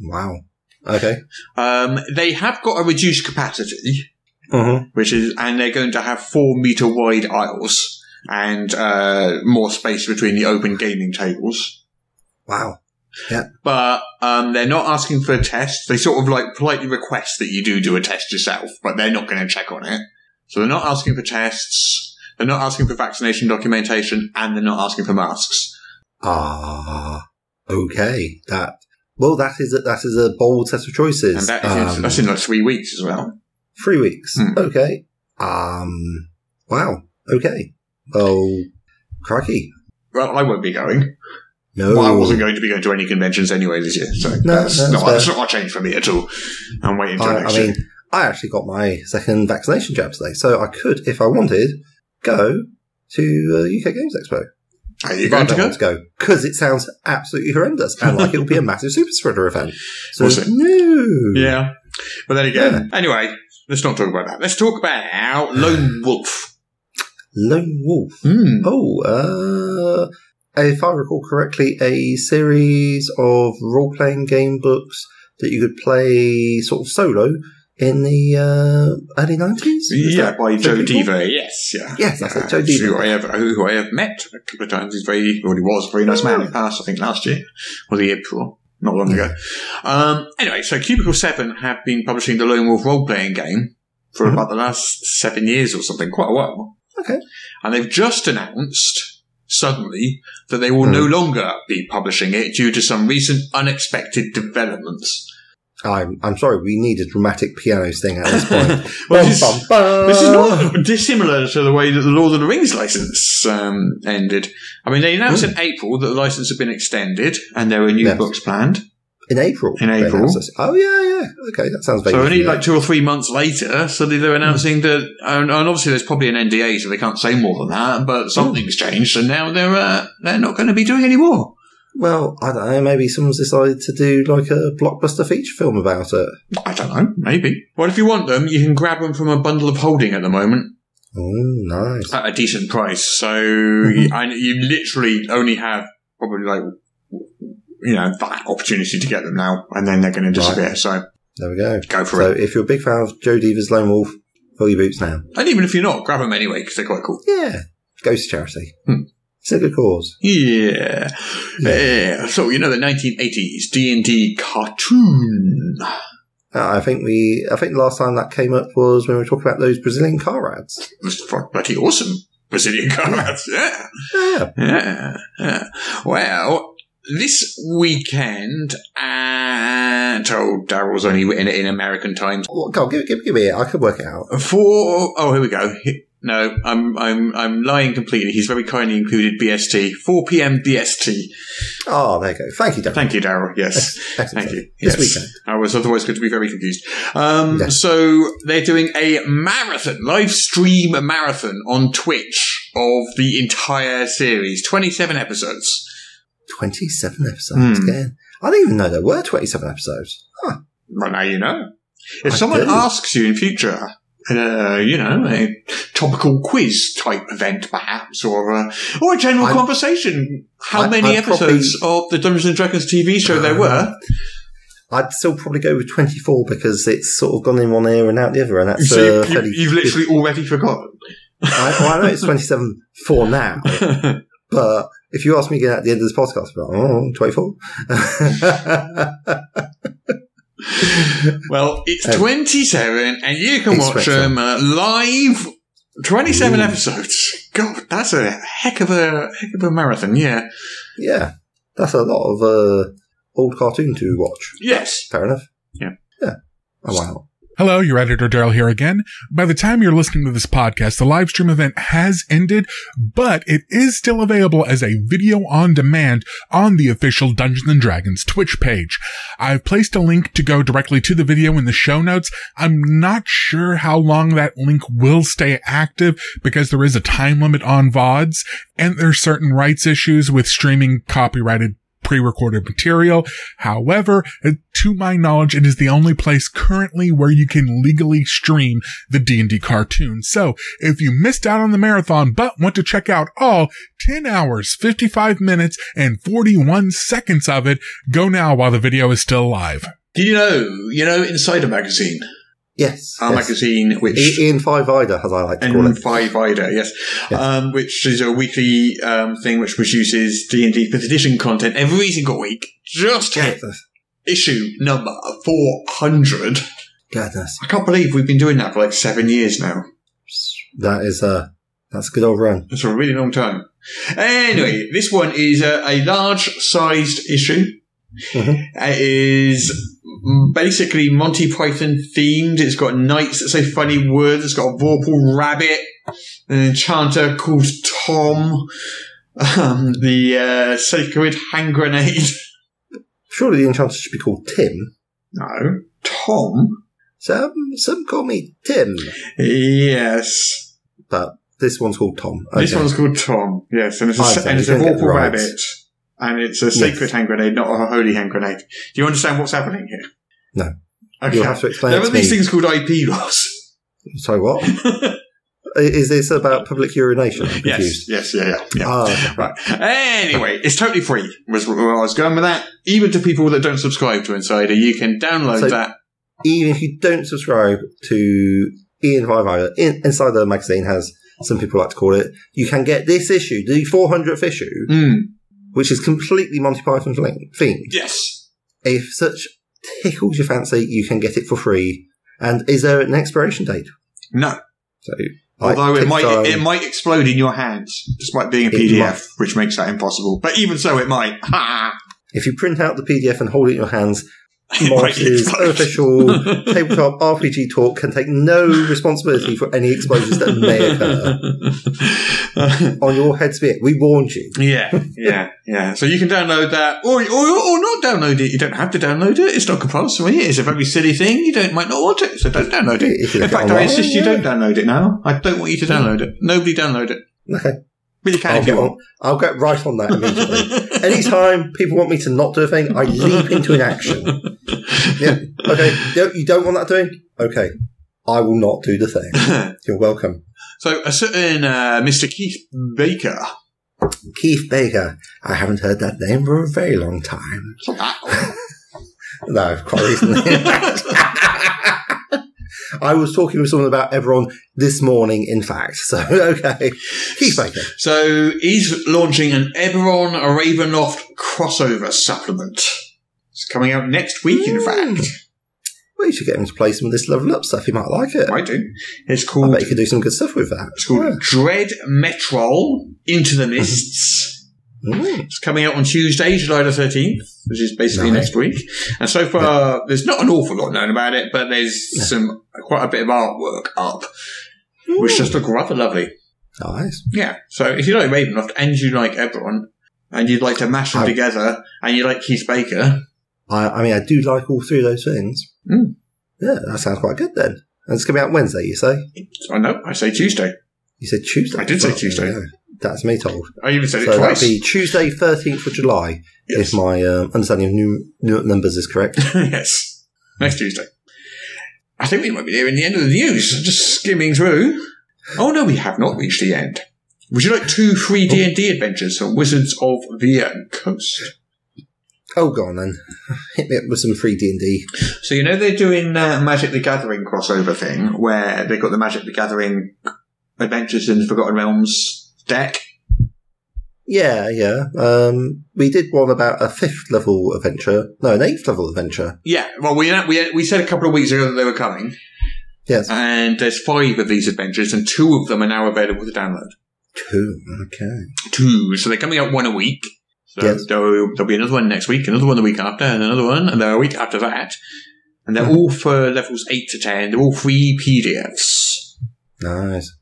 [SPEAKER 6] Wow. Okay.
[SPEAKER 5] Um, they have got a reduced capacity,
[SPEAKER 6] Mm-hmm.
[SPEAKER 5] which is, and they're going to have four meter wide aisles and uh, more space between the open gaming tables.
[SPEAKER 6] Wow.
[SPEAKER 5] But um, they're not asking for a test. They sort of like politely request that you do do a test yourself, but they're not going to check on it. So they're not asking for tests. They're not asking for vaccination documentation, and they're not asking for masks.
[SPEAKER 6] Ah. Okay. That. Well, that is a, that is a bold set of choices.
[SPEAKER 5] And that is,
[SPEAKER 6] Um,
[SPEAKER 5] that's in like three weeks as well.
[SPEAKER 6] Three weeks.
[SPEAKER 5] Hmm.
[SPEAKER 6] Okay. Um. Wow. Okay. Oh, crikey.
[SPEAKER 5] Well, I won't be going.
[SPEAKER 6] No.
[SPEAKER 5] Well, I wasn't going to be going to any conventions anyway this year, so
[SPEAKER 6] Oh. No,
[SPEAKER 5] that's,
[SPEAKER 6] no, that's
[SPEAKER 5] not, that's
[SPEAKER 6] fair.
[SPEAKER 5] not a change for me at all. I'm waiting until
[SPEAKER 6] I, I
[SPEAKER 5] next
[SPEAKER 6] mean,
[SPEAKER 5] year.
[SPEAKER 6] I actually got my second vaccination jab today, so I could, if I wanted, go to uh, UK Games Expo.
[SPEAKER 5] Are you
[SPEAKER 6] But I
[SPEAKER 5] going to
[SPEAKER 6] don't
[SPEAKER 5] go?
[SPEAKER 6] want to go because it sounds absolutely horrendous and like it will be a massive super spreader event. So
[SPEAKER 5] We'll see.
[SPEAKER 6] no.
[SPEAKER 5] Yeah. But then again, anyway, let's not talk about that. Let's talk about Lone Wolf.
[SPEAKER 6] Lone Wolf.
[SPEAKER 5] Hmm.
[SPEAKER 6] Oh, uh, if I recall correctly, a series of role playing game books that you could play sort of solo in the uh, early 90s? Is
[SPEAKER 5] Yeah,
[SPEAKER 6] that
[SPEAKER 5] by Joe
[SPEAKER 6] applicable?
[SPEAKER 5] Diva. Yes, yeah.
[SPEAKER 6] Yes, that's it, Joe
[SPEAKER 5] Uh, Who
[SPEAKER 6] Diva.
[SPEAKER 5] I, have, who I have met a couple of times. He's very, well, he was a very nice man. He passed, I think, last year or the year before, not long ago. Um, anyway, so Cubicle 7 have been publishing the Lone Wolf role playing game for
[SPEAKER 6] Mhm.
[SPEAKER 5] about the last seven years or something, quite a while.
[SPEAKER 6] Okay.
[SPEAKER 5] And they've just announced suddenly that they
[SPEAKER 6] Mm-hmm.
[SPEAKER 5] will no longer be publishing it due to some recent unexpected developments.
[SPEAKER 6] I'm, I'm sorry, we need a dramatic piano sting at this point.
[SPEAKER 5] Well,
[SPEAKER 6] Bum,
[SPEAKER 5] this-
[SPEAKER 6] bum, bum.
[SPEAKER 5] This is not dissimilar to the way that the Lord of the Rings license um, ended. I mean, they announced in April that the license had been extended and there were new
[SPEAKER 6] Yes.
[SPEAKER 5] books planned.
[SPEAKER 6] In April.
[SPEAKER 5] In
[SPEAKER 6] they
[SPEAKER 5] April.
[SPEAKER 6] announced this. Oh, yeah, yeah. Okay, that sounds vaguely
[SPEAKER 5] So only
[SPEAKER 6] familiar.
[SPEAKER 5] like two or three months later, suddenly they're announcing that, and, and obviously there's probably an NDA, so they can't say more than that. But something's changed, and now they're uh, they're not going to be doing any more.
[SPEAKER 6] Well, I don't know, maybe someone's decided to do like a blockbuster feature film about it.
[SPEAKER 5] I don't know, maybe. Well, if you want them, you can grab them from a bundle of holding at the moment.
[SPEAKER 6] Oh, nice.
[SPEAKER 5] at a decent price. So and you literally only have probably like you know that opportunity to get them now, and then they're going to disappear. So
[SPEAKER 6] There we go.
[SPEAKER 5] go for
[SPEAKER 6] So
[SPEAKER 5] it.
[SPEAKER 6] if you're a big fan of Joe Diva's Lone Wolf, pull your boots now.
[SPEAKER 5] And even if you're not, grab them anyway because they're quite cool.
[SPEAKER 6] Yeah. Goes to charity.
[SPEAKER 5] Hmm.
[SPEAKER 6] It's a good cause.
[SPEAKER 5] Yeah. yeah. So you know the 1980s D and D cartoon.
[SPEAKER 6] Uh, I think we, I think the last time that came up was when we were talking about those Brazilian car ads.
[SPEAKER 5] It was fu- bloody awesome. Brazilian cards. Yeah.
[SPEAKER 6] Yeah.
[SPEAKER 5] Yeah. yeah. Well, this weekend at oh, Daryl's only in, in American time,
[SPEAKER 6] Well, go on, give, give, give me it. I could work it out.
[SPEAKER 5] Four oh here we go. He- No, I'm I'm I'm lying completely. He's very kindly included BST. Four PM BST.
[SPEAKER 6] Oh, there you go. Thank you, Dan.
[SPEAKER 5] Thank you, Daryl. Yes.
[SPEAKER 6] Excellent.
[SPEAKER 5] Thank you.
[SPEAKER 6] This
[SPEAKER 5] Yes.
[SPEAKER 6] weekend.
[SPEAKER 5] I was otherwise going to be very confused. Um,
[SPEAKER 6] Yes.
[SPEAKER 5] So they're doing a marathon, live stream marathon on Twitch of the entire series, 27 episodes.
[SPEAKER 6] 27 episodes
[SPEAKER 5] Hmm.
[SPEAKER 6] again. I didn't even know there were 27 episodes. Huh.
[SPEAKER 5] Well, now you know. If
[SPEAKER 6] I
[SPEAKER 5] someone
[SPEAKER 6] do.
[SPEAKER 5] asks you in future, in a, you know, a topical quiz type event, perhaps, or a, or a general
[SPEAKER 6] I'm-
[SPEAKER 5] conversation, how
[SPEAKER 6] I-
[SPEAKER 5] many
[SPEAKER 6] I'd Uh,
[SPEAKER 5] episodes of the Dungeons and Dragons TV show there were?
[SPEAKER 6] I'd still probably go with 24 because it's sort of gone in one ear and out the other, and that's
[SPEAKER 5] so
[SPEAKER 6] uh,
[SPEAKER 5] you,
[SPEAKER 6] fairly.
[SPEAKER 5] have literally already forgotten.
[SPEAKER 6] I, well, I know it's 27 for now, but if you ask me again at the end of this podcast, I'm like, oh, 24.
[SPEAKER 5] well, it's
[SPEAKER 6] Um,
[SPEAKER 5] 27, and you can
[SPEAKER 6] it's
[SPEAKER 5] watch
[SPEAKER 6] special.
[SPEAKER 5] them uh, live. 27
[SPEAKER 6] Ooh.
[SPEAKER 5] episodes. God, that's a heck of a heck of a marathon. Yeah.
[SPEAKER 6] yeah. That's a lot of uh, old cartoon to watch.
[SPEAKER 5] Yes.
[SPEAKER 6] Fair enough.
[SPEAKER 5] Yeah.
[SPEAKER 6] Yeah. Oh, wow.
[SPEAKER 7] Hello, your editor Daryl here again. By the time you're listening to this podcast, the live stream event has ended, but it is still available as a video on demand on the official Dungeons and Dragons Twitch page. I've placed a link to go directly to the video in the show notes. I'm not sure how long that link will stay active because there is a time limit on VODs and there's certain rights issues with streaming copyrighted pre-recorded material. However, uh, to my knowledge, it is the only place currently where you can legally stream the D&D cartoon. So if you missed out on the marathon, but want to check out all 10 hours, 55 minutes, and 41 seconds of it, go now while the video is still live.
[SPEAKER 5] Do you know, you know, Insider Magazine?
[SPEAKER 6] Yes.
[SPEAKER 5] Our
[SPEAKER 6] yes.
[SPEAKER 5] magazine, which.
[SPEAKER 6] I- Ian Five Ida, as I like to call
[SPEAKER 5] and
[SPEAKER 6] it.
[SPEAKER 5] Five Ida, yes,
[SPEAKER 6] Yes.
[SPEAKER 5] Um, which is a weekly um, thing which produces D and D fifth edition content every single week. Just hit
[SPEAKER 6] Goodness.
[SPEAKER 5] issue number four hundred.
[SPEAKER 6] Goodness.
[SPEAKER 5] I can't believe we've been doing that for like seven years now.
[SPEAKER 6] That is uh, that's a good old run.
[SPEAKER 5] That's a really long time. Anyway, this one is a, a large-sized issue.
[SPEAKER 6] Mhm.
[SPEAKER 5] It is basically Monty Python themed. It's got knights that say funny words. It's got a Vorpal rabbit, an enchanter called Tom, um, the uh, sacred hand grenade.
[SPEAKER 6] Surely the Enchanter should be called Tim.
[SPEAKER 5] No, Tom.
[SPEAKER 6] Some some call me Tim,
[SPEAKER 5] Yes.
[SPEAKER 6] but this one's called Tom.
[SPEAKER 5] This
[SPEAKER 6] Okay.
[SPEAKER 5] one's called Tom. Yes, and it's a,
[SPEAKER 6] I see,
[SPEAKER 5] and it's
[SPEAKER 6] you
[SPEAKER 5] a
[SPEAKER 6] don't get
[SPEAKER 5] Vorpal
[SPEAKER 6] rights.
[SPEAKER 5] rabbit, and it's a sacred hand grenade, not a holy hand grenade. Do you understand what's happening here?
[SPEAKER 6] No.
[SPEAKER 5] Okay.
[SPEAKER 6] You'll have to explain
[SPEAKER 5] there
[SPEAKER 6] it
[SPEAKER 5] are
[SPEAKER 6] to
[SPEAKER 5] these
[SPEAKER 6] me.
[SPEAKER 5] things called IP laws.
[SPEAKER 6] So what? I- is this about public urination? I'm
[SPEAKER 5] yes.
[SPEAKER 6] confused.
[SPEAKER 5] Yes. Yeah. Yeah. yeah.
[SPEAKER 6] Ah, okay.
[SPEAKER 5] Right. Anyway, it's totally free. Was where I was going with that. Even to people that don't subscribe to Insider, you can download
[SPEAKER 6] So-
[SPEAKER 5] that.
[SPEAKER 6] even if you don't subscribe to Ian Vivider, in, inside the magazine has some people like to call it, you can get this issue, the 400th issue,
[SPEAKER 5] Mm,
[SPEAKER 6] which is completely Monty Python fling- themed.
[SPEAKER 5] yes.
[SPEAKER 6] If such tickles your fancy, you can get it for free. And is there an expiration date?
[SPEAKER 5] No.
[SPEAKER 6] So, like,
[SPEAKER 5] Although it might
[SPEAKER 6] Pixar-
[SPEAKER 5] it might explode in your hands, despite being a
[SPEAKER 6] It
[SPEAKER 5] PDF, which makes that impossible. But even so, it might. Ha!
[SPEAKER 6] if you print out the PDF and hold it in your hands,
[SPEAKER 5] It might
[SPEAKER 6] Morris's
[SPEAKER 5] explode.
[SPEAKER 6] unofficial tabletop RPG talk can take no responsibility for any explosions that may occur. On your heads be it. We warned you.
[SPEAKER 5] yeah, yeah, yeah. So you can download that, or, or or not download it. You don't have to download it. It's not compulsory. It's a very silly thing. You don't might not want it, so don't download
[SPEAKER 6] You
[SPEAKER 5] it.
[SPEAKER 6] can
[SPEAKER 5] In
[SPEAKER 6] go
[SPEAKER 5] fact, I
[SPEAKER 6] online.
[SPEAKER 5] insist you don't download it now. I don't want you to download it. Nobody download it.
[SPEAKER 6] Okay.
[SPEAKER 5] But you can
[SPEAKER 6] I'll
[SPEAKER 5] if you
[SPEAKER 6] get,
[SPEAKER 5] want.
[SPEAKER 6] on, I'll get right on that immediately. Anytime people want me to not do a thing, I leap into inaction. Yeah. Okay. Don't- You don't want that doing? Okay. I will not do the thing. You're welcome.
[SPEAKER 5] so a certain uh, Mr. Keith Baker.
[SPEAKER 6] Keith Baker. I haven't heard that name for a very long time.
[SPEAKER 5] It's not that old.
[SPEAKER 6] No, quite recently. I was talking with someone about Everon this morning, in fact. So, okay. Keith Baker.
[SPEAKER 5] so he's launching an Eberron Ravenloft crossover supplement. It's coming out next week, in fact.
[SPEAKER 6] We should get him to play some of this level up stuff. He might like it.
[SPEAKER 5] I do. It's
[SPEAKER 6] I
[SPEAKER 5] called
[SPEAKER 6] bet he could do some good stuff with that.
[SPEAKER 5] it's called Dread Metrol Into the Mists.
[SPEAKER 6] Yeah. Mm.
[SPEAKER 5] it's coming out on Tuesday, July the thirteenth, which is basically
[SPEAKER 6] Nice.
[SPEAKER 5] next week. And so far, there's not an awful lot known about it, but there's some quite a bit of artwork up, which just look rather lovely.
[SPEAKER 6] Mm. Nice.
[SPEAKER 5] Yeah. So if you like Ravenloft and you like Eberron, and you'd like to mash them
[SPEAKER 6] I-
[SPEAKER 5] together, and you like Keith Baker,
[SPEAKER 6] I, I mean, I do like all three of those things.
[SPEAKER 5] Mm.
[SPEAKER 6] Yeah, that sounds quite good then. And it's going to be out Wednesday, you say?
[SPEAKER 5] I know I say Tuesday.
[SPEAKER 6] You said Tuesday.
[SPEAKER 5] I did say
[SPEAKER 6] Well,
[SPEAKER 5] Tuesday.
[SPEAKER 6] yeah, That's me told.
[SPEAKER 5] I even said it
[SPEAKER 6] So
[SPEAKER 5] twice.
[SPEAKER 6] that'll be Tuesday, 13th of July,
[SPEAKER 5] yes.
[SPEAKER 6] if my um, understanding of new, new numbers is correct.
[SPEAKER 5] yes. Next Tuesday. I think we might be nearing the end of the news. I'm just skimming through. Oh no, we have not reached the end. Would you like two free D and D adventures from Wizards of the Coast?
[SPEAKER 6] oh, go on then. Hit me up with some free D&D.
[SPEAKER 5] So you know they're doing uh, Magic the Gathering crossover thing where they got the Magic the Gathering Adventures in Forgotten Realms deck.
[SPEAKER 6] Yeah, yeah. Um, we did one about a fifth level adventure. No, an eighth level adventure.
[SPEAKER 5] Yeah, well, we we we said a couple of weeks ago that they were coming,
[SPEAKER 6] Yes.
[SPEAKER 5] and there's five of these adventures, and two of them are now available to download.
[SPEAKER 6] Two. Okay.
[SPEAKER 5] Two, so they're coming out one a week. So
[SPEAKER 6] Yes.
[SPEAKER 5] there'll, there'll be another one next week, another one the week after, and another one, and then a week after that. And they're all for levels 8 to 10. They're all free PDFs.
[SPEAKER 6] Nice.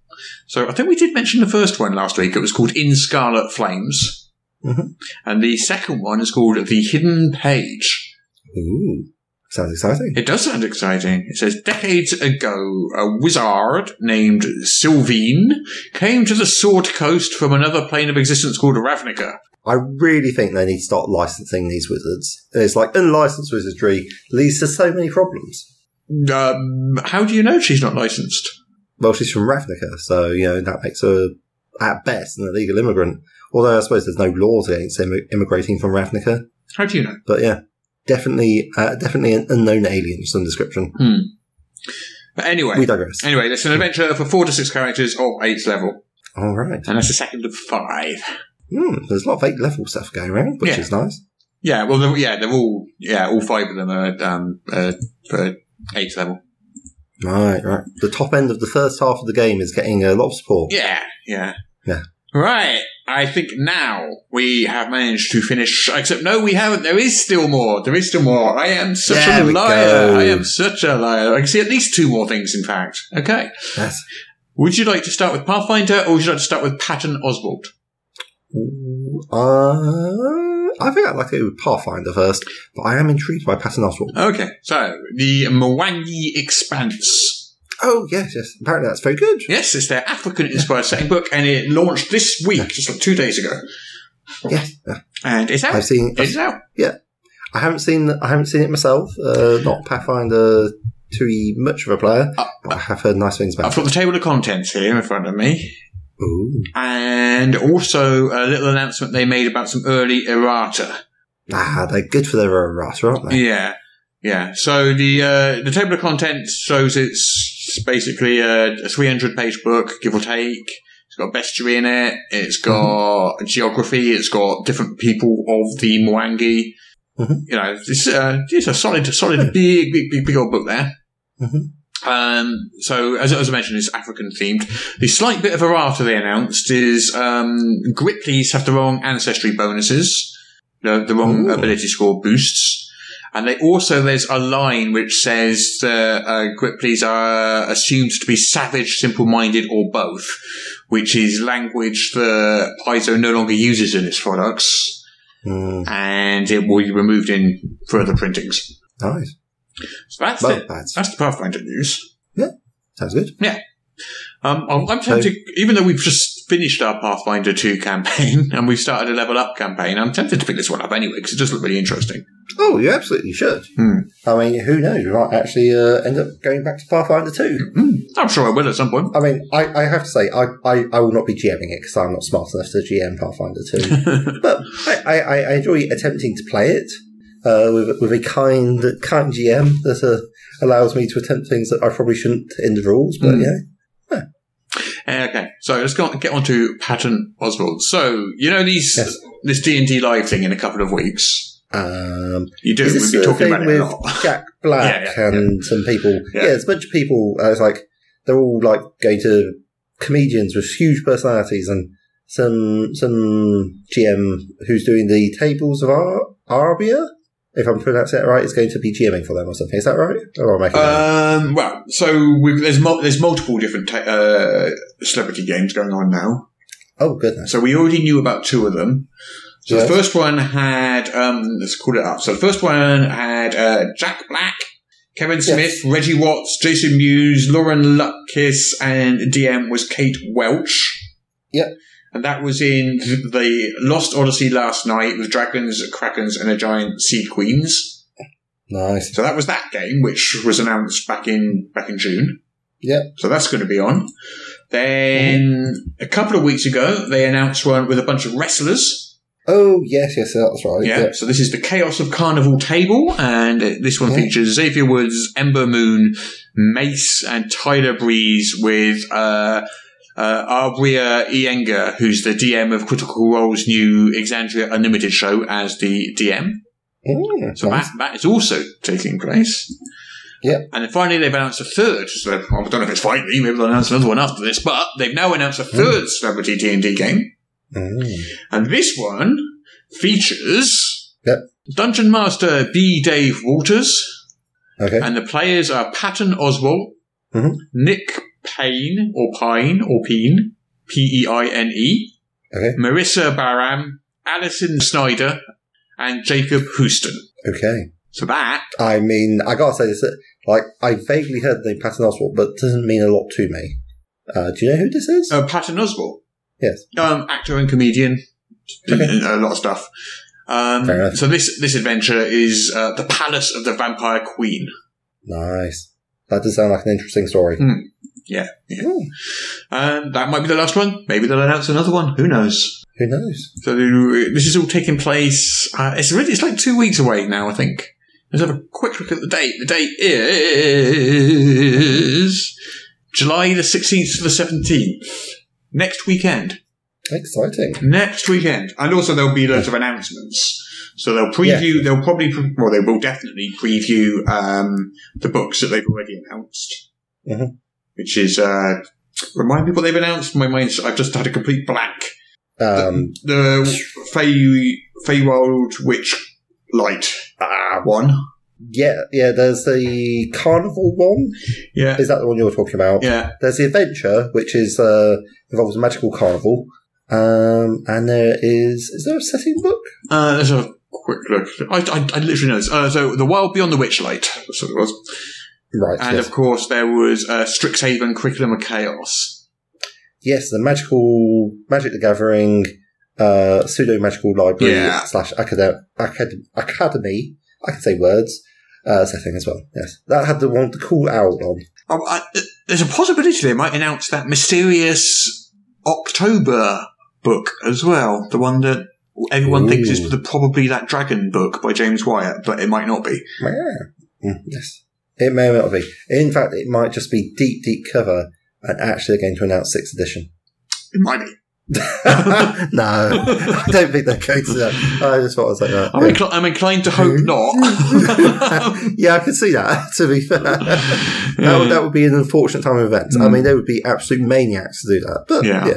[SPEAKER 5] So I think we did mention the first one last week. It was called In Scarlet Flames.
[SPEAKER 6] Mhm.
[SPEAKER 5] And the second one is called The Hidden Page.
[SPEAKER 6] Ooh. Sounds exciting.
[SPEAKER 5] It does sound exciting. It says decades ago, a wizard named Sylvine came to the Sword Coast from another plane of existence called Ravnica.
[SPEAKER 6] I really think they need to start licensing these wizards. It's like unlicensed wizardry leads to so many problems.
[SPEAKER 5] Um, how do you know she's not licensed?
[SPEAKER 6] Well, she's from Ravnica, so you know that makes her at best an illegal immigrant. Although I suppose there's no laws against immi- immigrating from Ravnica,
[SPEAKER 5] How do you know?
[SPEAKER 6] but yeah, definitely, uh, definitely an unknown alien of some description.
[SPEAKER 5] But anyway,
[SPEAKER 6] We digress.
[SPEAKER 5] anyway, it's an adventure for four to six characters of eighth level,
[SPEAKER 6] All right.
[SPEAKER 5] and that's the second of five.
[SPEAKER 6] Hmm, there's a lot of eight level stuff going around, which
[SPEAKER 5] Yeah.
[SPEAKER 6] is nice.
[SPEAKER 5] Yeah, well, they're, yeah, they're all yeah, all five of them are um, uh, for eighth level.
[SPEAKER 6] Right, right. The top end of the first half of the game is getting a lot of support.
[SPEAKER 5] Yeah, yeah.
[SPEAKER 6] Yeah.
[SPEAKER 5] Right. I think now we have managed to finish. Except, no, we haven't. There is still more. There is still more. I am such
[SPEAKER 6] There
[SPEAKER 5] a
[SPEAKER 6] we
[SPEAKER 5] liar.
[SPEAKER 6] go.
[SPEAKER 5] I am such a liar. I can see at least two more things, in fact. Okay.
[SPEAKER 6] Yes.
[SPEAKER 5] Would you like to start with Pathfinder or would you like to start with Patton Oswald?
[SPEAKER 6] Ooh, Uh, I think I'd like to go with Pathfinder first, but I am intrigued by Patton Oswalt.
[SPEAKER 5] Okay. So, the Mwangi Expanse.
[SPEAKER 6] Oh, yes, yes. Apparently that's very good.
[SPEAKER 5] Yes, it's their African inspired setting book and it launched this week, just like two days ago.
[SPEAKER 6] Yes. yeah.
[SPEAKER 5] And it's out.
[SPEAKER 6] I've seen.
[SPEAKER 5] It's out.
[SPEAKER 6] I haven't seen. I haven't seen it myself. Uh, not Pathfinder too much of a player,
[SPEAKER 5] Uh,
[SPEAKER 6] but I have heard nice things
[SPEAKER 5] I've
[SPEAKER 6] about. it.
[SPEAKER 5] got the table of contents here in front of me.
[SPEAKER 6] Ooh.
[SPEAKER 5] and also a little announcement they made about some early errata.
[SPEAKER 6] Ah, they're good for their errata, aren't they?
[SPEAKER 5] Yeah, yeah. So the uh, the table of contents shows it's basically a, a three hundred page book, give or take. It's got bestiary in it. It's got geography. It's got different people of the Mwangi.
[SPEAKER 6] Mhm.
[SPEAKER 5] You know, it's, uh, it's a solid, a solid, big, big, big, big old book there.
[SPEAKER 6] Mhm.
[SPEAKER 5] Um, so, as, as I mentioned, it's African themed. The slight bit of errata they announced is um, Gripleys have the wrong ancestry bonuses, the, the wrong
[SPEAKER 6] Ooh.
[SPEAKER 5] ability score boosts. And they also, there's a line which says that uh, Gripleys are assumed to be savage, simple minded, or both, which is language that Paizo no longer uses in its products,
[SPEAKER 6] Mm,
[SPEAKER 5] and it will be removed in further printings.
[SPEAKER 6] nice.
[SPEAKER 5] So that's
[SPEAKER 6] Well,
[SPEAKER 5] it.
[SPEAKER 6] that's
[SPEAKER 5] That's the Pathfinder news.
[SPEAKER 6] sounds good.
[SPEAKER 5] Um, I'm, I'm tempted, even though we've just finished our Pathfinder 2 campaign and we've started a level up campaign, I'm tempted to pick this one up anyway because it does look really interesting.
[SPEAKER 6] Oh, you absolutely should.
[SPEAKER 5] Hmm.
[SPEAKER 6] I mean, who knows? We might actually uh, end up going back to Pathfinder too.
[SPEAKER 5] Mm, I'm sure I will at some point.
[SPEAKER 6] I mean, I, I have to say, I, I, I will not be GMing it because I'm not smart enough to GM Pathfinder 2. but I, I, I enjoy attempting to play it uh, with, with a kind kind GM that uh, allows me to attempt things that I probably shouldn't in the rules. But
[SPEAKER 5] Mm.
[SPEAKER 6] yeah,
[SPEAKER 5] Uh, Okay, so let's go, get on to Patton Oswald. So, you know these
[SPEAKER 6] Yes.
[SPEAKER 5] this D&D live thing in a couple of weeks?
[SPEAKER 6] um,
[SPEAKER 5] You do,
[SPEAKER 6] is
[SPEAKER 5] we've
[SPEAKER 6] this
[SPEAKER 5] been
[SPEAKER 6] the
[SPEAKER 5] talking
[SPEAKER 6] thing
[SPEAKER 5] about it a
[SPEAKER 6] with
[SPEAKER 5] lot.
[SPEAKER 6] Jack Black
[SPEAKER 5] Yeah, yeah,
[SPEAKER 6] and some people?
[SPEAKER 5] Yeah.
[SPEAKER 6] Yeah. there's a bunch of people. Uh, it's like they're all like going to comedians with huge personalities and some some GM who's doing the tables of Ar- Arbia. If I'm pronouncing it right, is going to be GMing for them or something. Is that right? Or am I making that up?
[SPEAKER 5] Um, well, so we've, there's mul- there's multiple different ta- uh, celebrity games going on now.
[SPEAKER 6] Oh goodness!
[SPEAKER 5] So we already knew about two of them. So
[SPEAKER 6] Yes.
[SPEAKER 5] the first one had, um, let's call it up. So the first one had uh, Jack Black, Kevin Smith, Reggie Watts, Jason Mewes, Lauren Lutkiss, and DM was Kate Welch.
[SPEAKER 6] Yep.
[SPEAKER 5] And that was in th- the Lost Odyssey last night with dragons, krakens, and a giant sea queens.
[SPEAKER 6] Nice.
[SPEAKER 5] So that was that game, which was announced back in back in June.
[SPEAKER 6] Yep.
[SPEAKER 5] So that's going to be on. Then
[SPEAKER 6] Mm-hmm.
[SPEAKER 5] a couple of weeks ago, they announced one with a bunch of wrestlers.
[SPEAKER 6] Oh yes, yes, that's right.
[SPEAKER 5] Yeah.
[SPEAKER 6] Yeah.
[SPEAKER 5] So this is the Chaos of Carnival table, and uh, this one
[SPEAKER 6] Yeah.
[SPEAKER 5] features Xavier Woods, Ember Moon, Mace, and Tyler Breeze with uh, uh, Arbria Ienga, who's the DM of Critical Role's new Exandria Unlimited show, as the DM.
[SPEAKER 6] Mm,
[SPEAKER 5] So
[SPEAKER 6] nice.
[SPEAKER 5] that, that is also taking place.
[SPEAKER 6] Yep.
[SPEAKER 5] And then finally, they've announced a third. So I don't know if it's finally. Maybe they'll announce another one after this. But they've now announced a third celebrity D and D game,
[SPEAKER 6] Mm.
[SPEAKER 5] and this one Features
[SPEAKER 6] Yep.
[SPEAKER 5] Dungeon Master B. Dave Walters,
[SPEAKER 6] Okay.
[SPEAKER 5] and the players are Patton Oswald,
[SPEAKER 6] Mhm.
[SPEAKER 5] Nick Payne, or Pine, or Peen, P E I N E,
[SPEAKER 6] Okay.
[SPEAKER 5] Marissa Barham, Alison Snyder, and Jacob Houston.
[SPEAKER 6] Okay.
[SPEAKER 5] So that,
[SPEAKER 6] I mean, I gotta say this. Like, I vaguely heard the name Patton Oswalt, but it doesn't mean a lot to me. Uh, do you know who this is?
[SPEAKER 5] uh, Patton Oswald,
[SPEAKER 6] yes.
[SPEAKER 5] um, actor and comedian, uh,
[SPEAKER 6] Okay.
[SPEAKER 5] a lot of stuff. Um,
[SPEAKER 6] Fair enough.
[SPEAKER 5] so this this adventure is uh, the Palace of the Vampire Queen.
[SPEAKER 6] Nice. That does sound like an interesting story.
[SPEAKER 5] Hmm. Yeah, yeah.
[SPEAKER 6] Hmm.
[SPEAKER 5] Um, that might be the last one. Maybe they'll announce another one. Who knows?
[SPEAKER 6] Who knows?
[SPEAKER 5] So this is all taking place. Uh, it's really it's like two weeks away now. I think. Let's have a quick look at the date. The date is July the sixteenth to the seventeenth. Next weekend.
[SPEAKER 6] Exciting.
[SPEAKER 5] Next weekend, and also there'll be loads of announcements. So they'll preview. They'll probably, pre- well, they will definitely preview um, the books that they've already announced,
[SPEAKER 6] Mhm.
[SPEAKER 5] which is uh, remind me what they've announced. My mind's I've just had a complete blank
[SPEAKER 6] Um,
[SPEAKER 5] the Fey Feywild Witch Light ah, one.
[SPEAKER 6] yeah, yeah. There's the carnival one.
[SPEAKER 5] Yeah,
[SPEAKER 6] Is that the one you were talking about?
[SPEAKER 5] yeah.
[SPEAKER 6] There's the adventure, which is uh, involves a magical carnival. Um, and there is is there a setting book?
[SPEAKER 5] Uh, let's have a quick look. I, I, I literally know this. Uh, so the Wild Beyond the Witchlight. That's what it was.
[SPEAKER 6] Right.
[SPEAKER 5] And
[SPEAKER 6] yes.
[SPEAKER 5] of course, there was uh, Strixhaven Curriculum of Chaos.
[SPEAKER 6] yes, the magical Magic the Gathering uh, pseudo magical library
[SPEAKER 5] Yeah.
[SPEAKER 6] slash acad- acad- academy. I can say words. Uh, setting as well. Yes, that had the one with the cool owl on.
[SPEAKER 5] Oh, I, there's a possibility they might announce that mysterious October book as well. The one that everyone thinks
[SPEAKER 6] Ooh.
[SPEAKER 5] is the, probably that dragon book by James Wyatt, but it might not be.
[SPEAKER 6] Yeah. Mm, Yes, it may or may not be. In fact, it might just be deep, deep cover and actually they're going to announce sixth edition.
[SPEAKER 5] It might be.
[SPEAKER 6] no, I don't think they're going to. That. I just thought I was like that.
[SPEAKER 5] I'm, incli- I'm inclined to hope Uh, not.
[SPEAKER 6] yeah, I can see that. To be fair, that, would,
[SPEAKER 5] Hmm.
[SPEAKER 6] that would be an unfortunate time of events. I mean, they would be absolute maniacs to do that. But
[SPEAKER 5] Yeah.
[SPEAKER 6] yeah,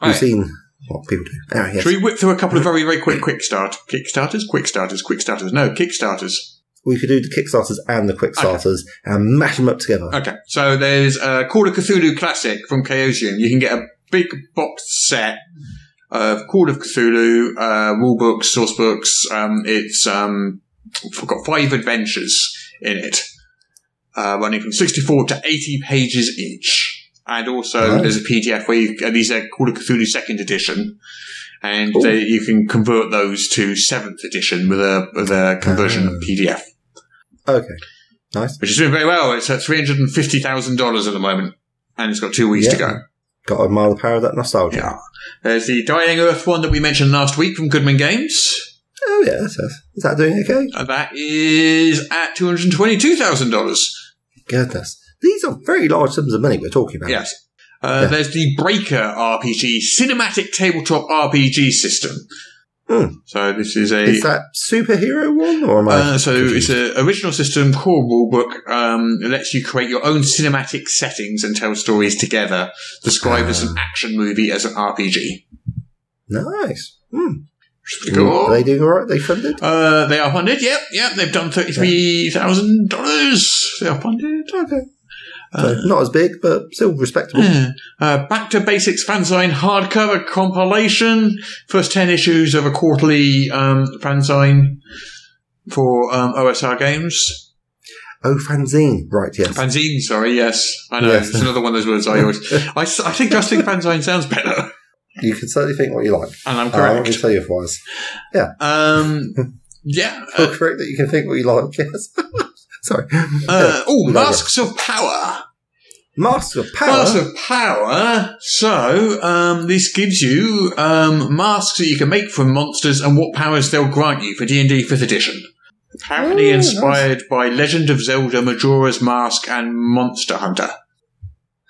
[SPEAKER 5] All
[SPEAKER 6] we've
[SPEAKER 5] right.
[SPEAKER 6] seen what people do. Anyway, yes.
[SPEAKER 5] Should we whip through a couple of very, very quick quick start kick starters? Quick starters, quick starters. No, kick starters.
[SPEAKER 6] We could do the Kickstarters and the Quickstarters and mash them up together.
[SPEAKER 5] Okay, so there's a Call of Cthulhu classic from Chaosium. You can get a big box set of Call of Cthulhu uh, rule books, source books. Um, it's um, I've got five adventures in it, uh, running from 64 to 80 pages each. And also,
[SPEAKER 6] Nice.
[SPEAKER 5] there's a PDF where you, uh, these are Call of Cthulhu Second Edition. and they, you can convert those to seventh edition with a with a conversion
[SPEAKER 6] Oh.
[SPEAKER 5] PDF,
[SPEAKER 6] Okay, nice.
[SPEAKER 5] which is doing very well. It's at three hundred and fifty thousand dollars at the moment, and it's got two weeks to
[SPEAKER 6] Yeah.
[SPEAKER 5] go.
[SPEAKER 6] Got to admire the power of that nostalgia.
[SPEAKER 5] Yeah, there's the Dying Earth one that we mentioned last week from Goodman Games.
[SPEAKER 6] Oh yeah, that's, that's, is that doing okay?
[SPEAKER 5] Uh, That is at two hundred twenty-two thousand dollars.
[SPEAKER 6] Goodness, these are very large sums of money we're talking about.
[SPEAKER 5] Yes. Uh,
[SPEAKER 6] Yeah.
[SPEAKER 5] There's the Breaker RPG, cinematic tabletop RPG system.
[SPEAKER 6] Hmm.
[SPEAKER 5] So this is a
[SPEAKER 6] Is that superhero one or am I?
[SPEAKER 5] Uh, so
[SPEAKER 6] confused?
[SPEAKER 5] it's an original system core rulebook. Um, it lets you create your own cinematic settings and tell stories together.
[SPEAKER 6] Ah.
[SPEAKER 5] Described as an action movie as an RPG.
[SPEAKER 6] nice. Hmm.
[SPEAKER 5] Which is pretty cool.
[SPEAKER 6] Are they doing all right? They funded.
[SPEAKER 5] Uh, they are funded. Yep, yep. They've done thirty-three thousand dollars. They are funded.
[SPEAKER 6] Okay. So not as big, but still respectable.
[SPEAKER 5] Uh, Yeah. Uh, Back to Basics fanzine hardcover compilation. First 10 issues of a quarterly um, fanzine for um, OSR games.
[SPEAKER 6] Oh, fanzine. Right. Yes.
[SPEAKER 5] Fanzine, sorry, yes. I know.
[SPEAKER 6] Yes.
[SPEAKER 5] It's another one of those words I always. I, s- I think just think fanzine sounds better.
[SPEAKER 6] You can certainly think what you like.
[SPEAKER 5] And I'm
[SPEAKER 6] Uh, I won't
[SPEAKER 5] correct.
[SPEAKER 6] tell you otherwise.
[SPEAKER 5] Um, yeah.
[SPEAKER 6] You're correct that you can think what you like. Yes. Sorry.
[SPEAKER 5] Uh, oh,
[SPEAKER 6] Digress.
[SPEAKER 5] Masks of Power.
[SPEAKER 6] Master of Power.
[SPEAKER 5] Masks of Power. So, um, this gives you um, masks that you can make from monsters and what powers they'll grant you for D&D 5th edition. Apparently
[SPEAKER 6] Ooh, Oh, nice.
[SPEAKER 5] inspired by Legend of Zelda, Majora's Mask, and Monster Hunter.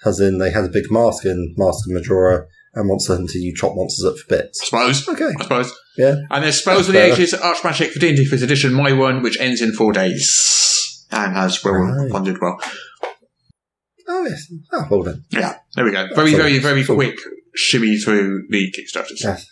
[SPEAKER 6] As in, they had a big mask in Master Majora and Monster Hunter. You chop monsters up for
[SPEAKER 5] I
[SPEAKER 6] bits.
[SPEAKER 5] suppose.
[SPEAKER 6] Okay.
[SPEAKER 5] I suppose.
[SPEAKER 6] Yeah.
[SPEAKER 5] And there's Spells of the
[SPEAKER 6] Fair
[SPEAKER 5] Ages, Archmagic for D&D 5th edition, my one, which ends in four days. And has well
[SPEAKER 6] Right.
[SPEAKER 5] funded well.
[SPEAKER 6] Oh yes. Ah, well then.
[SPEAKER 5] Yeah, there we go. Very,
[SPEAKER 6] Cool.
[SPEAKER 5] very, very
[SPEAKER 6] Cool.
[SPEAKER 5] quick shimmy through the Kickstarters.
[SPEAKER 6] Yes.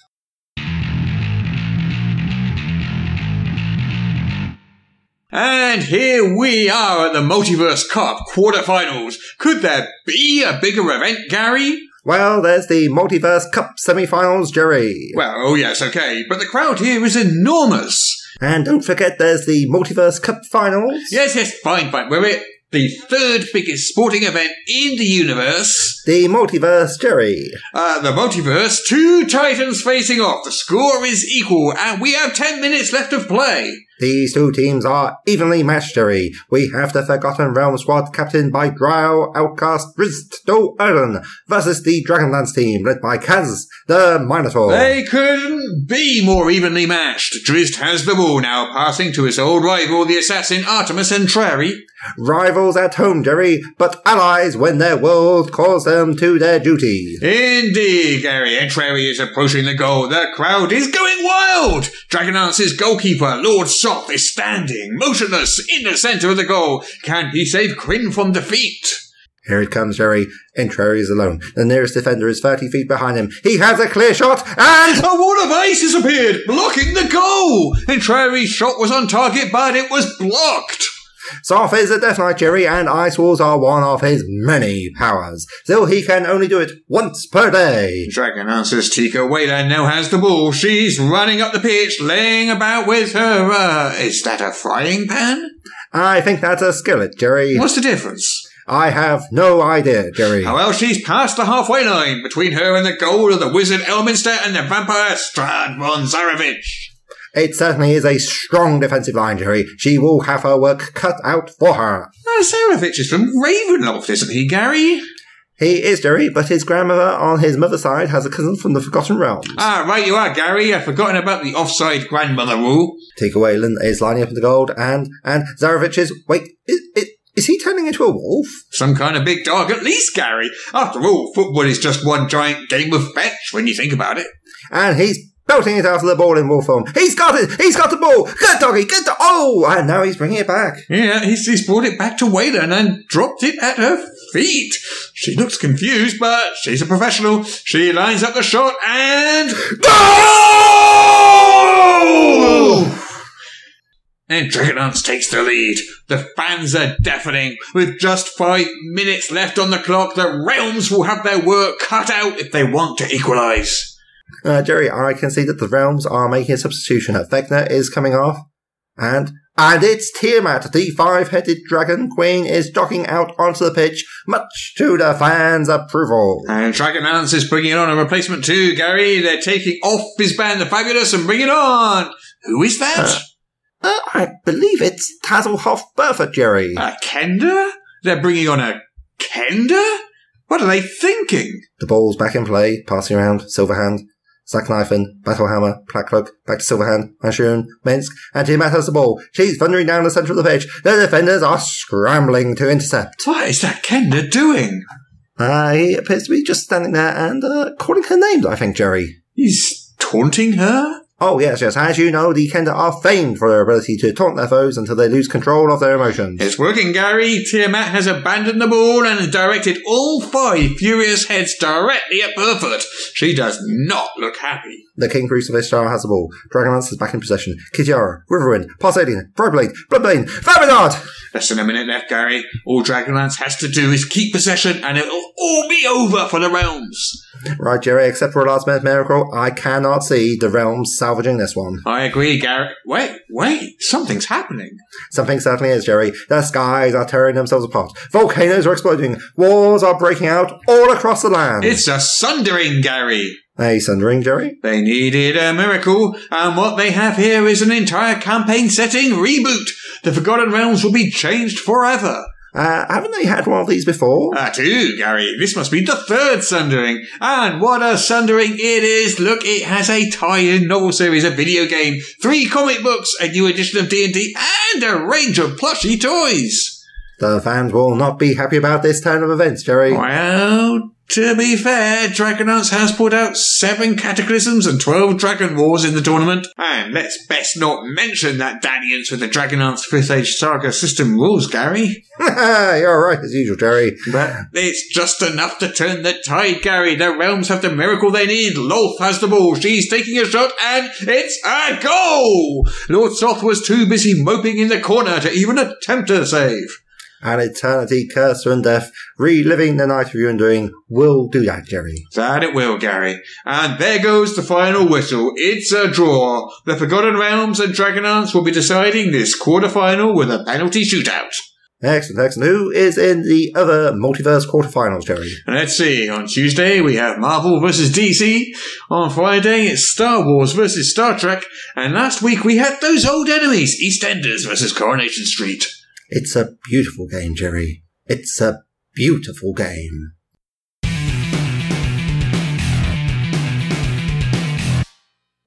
[SPEAKER 5] And here we are at the Multiverse Cup quarterfinals. Could there be a bigger event, Gary?
[SPEAKER 6] Well, there's the Multiverse Cup semi-finals, Jerry.
[SPEAKER 5] Well, oh yes, okay, but the crowd here is enormous.
[SPEAKER 6] And don't forget there's the Multiverse Cup finals.
[SPEAKER 5] Yes, yes, fine, fine. We're at the third biggest sporting event in the universe.
[SPEAKER 6] The Multiverse, Jerry.
[SPEAKER 5] Uh, the multiverse, two titans facing off. The score is equal, and we have ten minutes left of play.
[SPEAKER 6] These two teams are evenly matched, Jerry. We have the Forgotten Realm squad captained by Drow Outcast Risto Erden versus the Dragonlance team led by Kaz the Minotaur.
[SPEAKER 5] They couldn't be more evenly matched. Drizzt has the ball now, passing to his old rival, the assassin Artemis Entreri.
[SPEAKER 6] Rivals at home, Jerry, but allies when their world calls them to their duty.
[SPEAKER 5] Indeed, Gary Entreri is approaching the goal. The crowd is going wild. Dragonlance's goalkeeper, Lord Soth, is standing motionless in the centre of the goal. Can he save Quinn from defeat?
[SPEAKER 6] Here it comes, Jerry. Entreri is alone. The nearest defender is 30 feet behind him. He has a clear shot and
[SPEAKER 5] A wall of ice has appeared, blocking the goal. Entreri's shot was on target, but it was blocked.
[SPEAKER 6] Soth is a Death Knight, Jerry, and Ice Walls are one of his many powers. Still, he can only do it once per day.
[SPEAKER 5] Dragon answers Tika Wayland now has the ball. She's running up the pitch, laying about with her, uh, is that a frying pan?
[SPEAKER 6] I think that's a skillet, Jerry.
[SPEAKER 5] What's the difference?
[SPEAKER 6] I have no idea, Jerry.
[SPEAKER 5] Oh, well, she's past the halfway line between her and the goal of the wizard Elminster and the vampire Strad von Zarevich.
[SPEAKER 6] It certainly is a strong defensive line, Jerry. She will have her work cut out for her.
[SPEAKER 5] Now, Zarevich is from Ravenloft, isn't he, Gary?
[SPEAKER 6] He is Jerry, but his grandmother on his mother's side has a cousin from the Forgotten Realms.
[SPEAKER 5] Ah, right you are, Gary. I've forgotten about the offside grandmother rule.
[SPEAKER 6] Tika Whalen is lining up in the gold, and and Zarevich is wait, is, is, is he turning into a wolf?
[SPEAKER 5] Some kind of big dog, at least, Gary. After all, football is just one giant game of fetch when you think about it.
[SPEAKER 6] And he's belting it after the ball in wolf form. He's got it! He's got the ball! Good doggy! Good dog! Oh! And now he's bringing it back.
[SPEAKER 5] Yeah, he's, he's brought it back to Waylon and dropped it at her feet. She looks confused, but she's a professional. She lines up the shot and. Goal! And Dragonlance takes the lead. The fans are deafening. With just five minutes left on the clock, the Realms will have their work cut out if they want to equalise.
[SPEAKER 6] Uh, Jerry, I can see that the realms are making a substitution. Vecna is coming off, and and it's Tiamat, the five-headed dragon queen, is docking out onto the pitch, much to the fans' approval. Uh,
[SPEAKER 5] And Dragonlance is bringing on a replacement too, Gary. They're taking off his band, The Fabulous, and bringing on. Who is that?
[SPEAKER 6] Uh, I believe it's Tazelhoff Bertha, Jerry.
[SPEAKER 5] A Uh, Kenda? They're bringing on a Kenda? What are they thinking?
[SPEAKER 6] The ball's back in play, passing around, Silverhand, Zack Knifen, Battlehammer, Blacklock, back to Silverhand, Mashun, Minsk, and Tiamat has the ball. She's thundering down the centre of the pitch. The defenders are scrambling to intercept.
[SPEAKER 5] What is that Kenda doing?
[SPEAKER 6] Uh, he appears to be just standing there and uh, calling her names, I think, Jerry.
[SPEAKER 5] He's taunting her?
[SPEAKER 6] Oh, yes, yes. As you know, the Kenda are famed for their ability to taunt their foes until they lose control of their emotions.
[SPEAKER 5] It's working, Gary. Tiamat has abandoned the ball and directed all five furious heads directly at Burfoot. She does not look happy.
[SPEAKER 6] The King Crucifix Star has the ball. Dragonlance is back in possession. Kitiara, Riverwind, Parsadine, Broadblade, Bloodbane, Verminard!
[SPEAKER 5] Less than a minute left, Gary. All Dragonlance has to do is keep possession and it'll all be over for the realms.
[SPEAKER 6] Right, Jerry, except for a last minute miracle, I cannot see the realms salvaging this one.
[SPEAKER 5] I agree, Gary. Wait, wait. Something's happening.
[SPEAKER 6] Something certainly is, Jerry. The skies are tearing themselves apart. Volcanoes are exploding. Wars are breaking out all across the land.
[SPEAKER 5] It's a sundering, Gary.
[SPEAKER 6] a sundering, Jerry.
[SPEAKER 5] They needed a miracle, and what they have here is an entire campaign setting reboot. The Forgotten Realms will be changed forever.
[SPEAKER 6] Uh, haven't they had one of these before?
[SPEAKER 5] Ah, too, Gary. This must be the third Sundering. And what a Sundering it is. Look, it has a tie-in novel series, a video game, three comic books, a new edition of D&D, and a range of plushy toys.
[SPEAKER 6] The fans will not be happy about this turn of events, Jerry.
[SPEAKER 5] Well, To be fair, Dragonlance has pulled out seven Cataclysms and twelve Dragon Wars in the tournament. And let's best not mention that dalliance with the Dragonlance Fifth Age Saga system rules, Gary.
[SPEAKER 6] You're right, as usual, Jerry.
[SPEAKER 5] But it's just enough to turn the tide, Gary. The realms have the miracle they need. Lolf has the ball. She's taking a shot, and it's a goal! Lord Soth was too busy moping in the corner to even attempt a save.
[SPEAKER 6] An eternity, curse, and death, reliving the night of your undoing will do that, Jerry.
[SPEAKER 5] That it will, Gary. And there goes the final whistle. It's a draw. The Forgotten Realms and Dragonlance will be deciding this quarterfinal with a penalty shootout.
[SPEAKER 6] Excellent, excellent. Who is in the other multiverse quarterfinals, Jerry?
[SPEAKER 5] And let's see, on Tuesday we have Marvel vs. DC. On Friday it's Star Wars vs. Star Trek. And last week we had those old enemies, EastEnders vs. Coronation Street.
[SPEAKER 6] It's a beautiful game, Jerry. It's a beautiful game.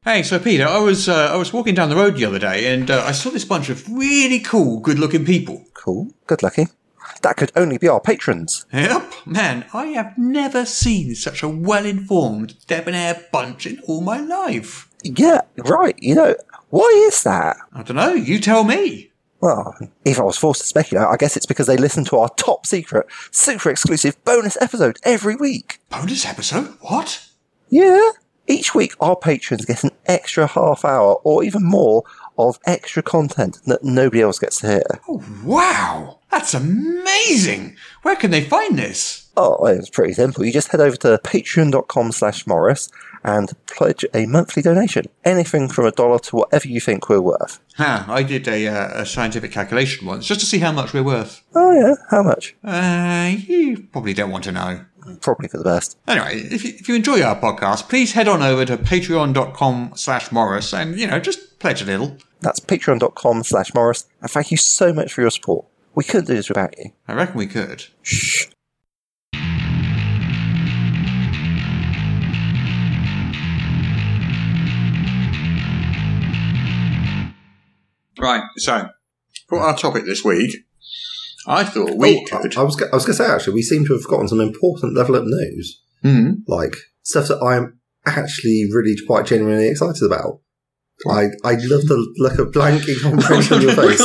[SPEAKER 5] Hey, so Peter, I was uh, I was walking down the road the other day, and uh, I saw this bunch of really cool, good-looking people.
[SPEAKER 8] Cool. Good lucky. That could only be our patrons.
[SPEAKER 5] Yep, man, I have never seen such a well informed, debonair bunch in all my life.
[SPEAKER 8] Yeah, right. You know, why is that?
[SPEAKER 5] I don't know, you tell me.
[SPEAKER 8] Well, if I was forced to speculate, I guess it's because they listen to our top secret, super exclusive bonus episode every week.
[SPEAKER 5] Bonus episode? What?
[SPEAKER 8] Yeah. Each week, our patrons get an extra half hour or even more of extra content that nobody else gets to hear.
[SPEAKER 5] Oh, wow! That's amazing! Where can they find this?
[SPEAKER 8] Oh, it's pretty simple. You just head over to patreon.com slash Morris and pledge a monthly donation. Anything from a dollar to whatever you think we're worth.
[SPEAKER 5] Huh, I did a, uh, a scientific calculation once just to see how much we're worth.
[SPEAKER 8] Oh yeah, how much?
[SPEAKER 5] Uh, you probably don't want to know.
[SPEAKER 8] Probably for the best.
[SPEAKER 5] Anyway, if you, if you enjoy our podcast, please head on over to patreon.com slash Morris and, you know, just pledge a little.
[SPEAKER 8] That's patreon.com slash Morris and thank you so much for your support. We couldn't do this without you.
[SPEAKER 5] I reckon we could.
[SPEAKER 8] Shh.
[SPEAKER 5] Right, so for our topic this week, I thought we
[SPEAKER 6] Oh, I-
[SPEAKER 5] could.
[SPEAKER 6] I, was, go- I was going to say, actually, we seem to have forgotten some important level up news.
[SPEAKER 5] Hmm.
[SPEAKER 6] Like, stuff that I'm actually really quite genuinely excited about. I, I love the look of blank incomprehension on your face.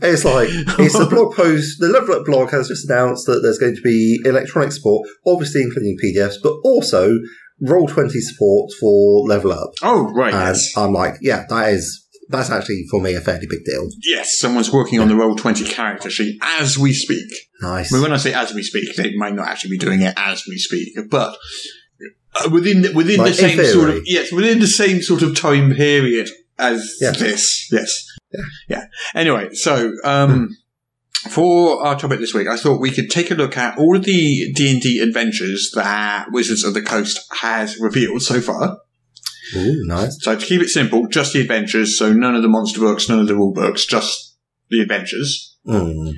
[SPEAKER 6] It's like, it's the blog post, the Level Up blog has just announced that there's going to be electronic support, obviously including PDFs, but also Roll20 support for Level Up.
[SPEAKER 5] Oh, right.
[SPEAKER 6] And
[SPEAKER 5] Yes.
[SPEAKER 6] I'm like, yeah, that is, that's actually for me a fairly big deal.
[SPEAKER 5] yes, someone's working on the Roll20 character sheet as we speak.
[SPEAKER 6] Nice.
[SPEAKER 5] I mean, when I say as we speak, they might not actually be doing it as we speak, but uh, within the, within
[SPEAKER 6] Like,
[SPEAKER 5] the
[SPEAKER 6] in
[SPEAKER 5] same sort of
[SPEAKER 6] theory.
[SPEAKER 5] yes, within the same sort of time period as
[SPEAKER 6] Yeah.
[SPEAKER 5] this. Yes. Yeah. Anyway, so um, for our topic this week, I thought we could take a look at all of the D and D adventures that Wizards of the Coast has revealed so far.
[SPEAKER 6] Ooh, nice.
[SPEAKER 5] So to keep it simple, just the adventures. So none of the monster books, none of the rule books, just the adventures
[SPEAKER 6] Mm.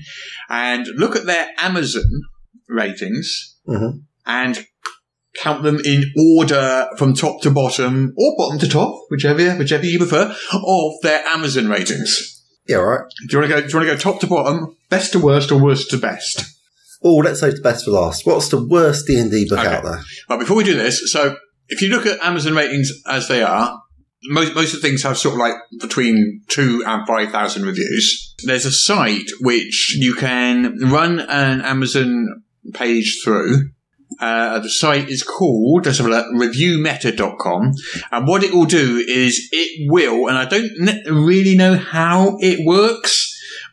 [SPEAKER 5] and look at their Amazon ratings
[SPEAKER 6] Mhm.
[SPEAKER 5] and count them in order from top to bottom or bottom to top, whichever whichever you prefer, of their Amazon ratings.
[SPEAKER 6] Yeah, all right.
[SPEAKER 5] Do you want to go? Do you want to go top to bottom, best to worst, or worst to best?
[SPEAKER 6] Oh, let's save the best for last. What's the worst D and D book
[SPEAKER 5] Okay.
[SPEAKER 6] out there?
[SPEAKER 5] But before we do this, so if you look at Amazon ratings as they are, most most of the things have sort of like between two and five thousand reviews. There's a site which you can run an Amazon page through. Uh, the site is called let's have a look, reviewmeta.com and what it will do is it will and i don't ne- really know how it works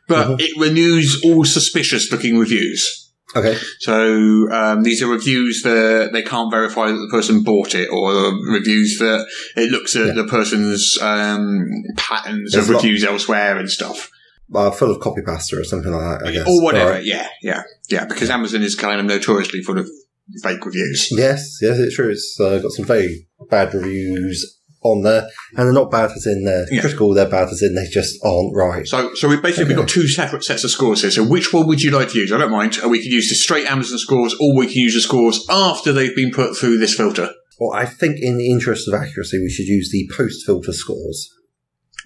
[SPEAKER 5] but it renews all suspicious looking reviews
[SPEAKER 6] Okay.
[SPEAKER 5] so um, these are reviews that they can't verify that the person bought it, or reviews that it looks at the person's um, patterns
[SPEAKER 6] There's
[SPEAKER 5] of
[SPEAKER 6] a lot-
[SPEAKER 5] reviews elsewhere and stuff,
[SPEAKER 6] Uh, full of copy pasta or something like that, I guess.
[SPEAKER 5] or oh, whatever.
[SPEAKER 6] Alright.
[SPEAKER 5] Yeah, yeah, yeah. Because Amazon is kind of notoriously full of fake reviews.
[SPEAKER 6] Yes, yes, it's true. It's uh, got some very bad reviews on there, and they're not bad as in they're
[SPEAKER 5] Yeah.
[SPEAKER 6] critical, they're bad as in they just aren't right.
[SPEAKER 5] So, so we basically got two separate sets of scores here. So, which one would you like to use? I don't mind. Uh, We can use the straight Amazon scores, or we can use the scores after they've been put through this filter.
[SPEAKER 6] Well, I think in the interest of accuracy, we should use the post filter scores.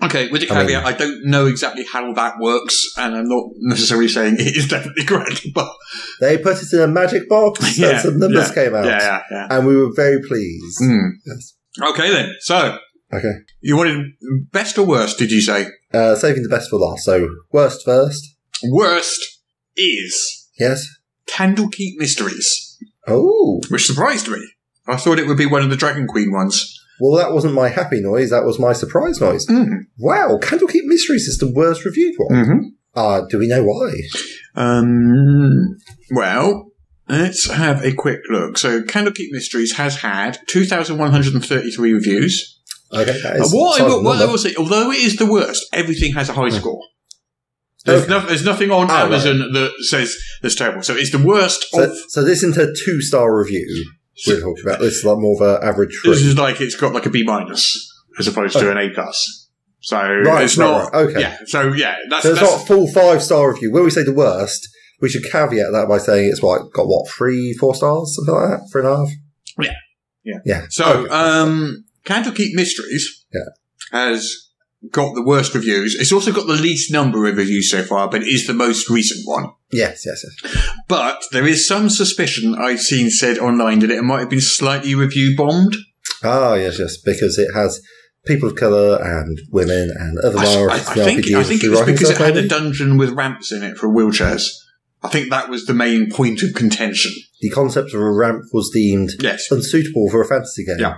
[SPEAKER 5] Okay, with the
[SPEAKER 6] I mean-
[SPEAKER 5] caveat, I, don't know exactly how that works, and I'm not necessarily saying it is definitely correct, but
[SPEAKER 6] They put it in a magic box
[SPEAKER 5] yeah,
[SPEAKER 6] and some numbers
[SPEAKER 5] yeah,
[SPEAKER 6] came out.
[SPEAKER 5] Yeah, yeah, yeah.
[SPEAKER 6] And we were very pleased.
[SPEAKER 5] Hmm.
[SPEAKER 6] Yes.
[SPEAKER 5] Okay then. So
[SPEAKER 6] Okay.
[SPEAKER 5] you wanted best or worst? Did you say
[SPEAKER 6] Uh, saving the best for last. So, worst first.
[SPEAKER 5] worst is
[SPEAKER 6] Yes.
[SPEAKER 5] Candlekeep Mysteries,
[SPEAKER 6] Oh.
[SPEAKER 5] which surprised me. I thought it would be one of the Dragon Queen ones.
[SPEAKER 6] Well, that wasn't my happy noise. That was my surprise noise.
[SPEAKER 5] Mm.
[SPEAKER 6] Wow. Candlekeep Mysteries is the worst reviewed one.
[SPEAKER 5] Mm-hmm.
[SPEAKER 6] Uh, do we know why?
[SPEAKER 5] Um, well, let's have a quick look. So, Candlekeep Mysteries has had 2,133 reviews.
[SPEAKER 6] Okay, that
[SPEAKER 5] Uh,
[SPEAKER 6] is
[SPEAKER 5] what I,
[SPEAKER 6] solid
[SPEAKER 5] will, what I
[SPEAKER 6] number.
[SPEAKER 5] will say, although it is the worst, everything has a high score. There's,
[SPEAKER 6] Okay.
[SPEAKER 5] no, there's nothing on
[SPEAKER 6] Oh, right.
[SPEAKER 5] Amazon that says that's terrible. So, it's the worst
[SPEAKER 6] So,
[SPEAKER 5] of.
[SPEAKER 6] so this isn't a two star review we're talking about. This is like more of an average three.
[SPEAKER 5] This is like it's got like a B minus as opposed to an A plus. So,
[SPEAKER 6] Right,
[SPEAKER 5] it's
[SPEAKER 6] right,
[SPEAKER 5] not.
[SPEAKER 6] right, okay.
[SPEAKER 5] Yeah, so yeah, that's.
[SPEAKER 6] so it's
[SPEAKER 5] that's
[SPEAKER 6] not a full five star review. When we say the worst, we should caveat that by saying it's like got what three, four stars, something like that, three and a half.
[SPEAKER 5] Yeah. Yeah.
[SPEAKER 6] yeah.
[SPEAKER 5] So, um, Candlekeep Mysteries
[SPEAKER 6] Yeah.
[SPEAKER 5] has got the worst reviews. It's also got the least number of reviews so far, but it is the most recent one.
[SPEAKER 6] Yes, yes, yes.
[SPEAKER 5] But there is some suspicion I've seen said online that it might have been slightly review bombed.
[SPEAKER 6] Ah, yes, yes, because it has people of color and women and other
[SPEAKER 5] I, I- I
[SPEAKER 6] minorities. in the
[SPEAKER 5] think,
[SPEAKER 6] RPG
[SPEAKER 5] I think it
[SPEAKER 6] industry
[SPEAKER 5] was
[SPEAKER 6] writing
[SPEAKER 5] because it
[SPEAKER 6] stuff,
[SPEAKER 5] had a
[SPEAKER 6] maybe?
[SPEAKER 5] dungeon with ramps in it for wheelchairs. I think that was the main point of contention.
[SPEAKER 6] the concept of a ramp was deemed
[SPEAKER 5] Yes.
[SPEAKER 6] unsuitable for a fantasy game.
[SPEAKER 5] Yeah.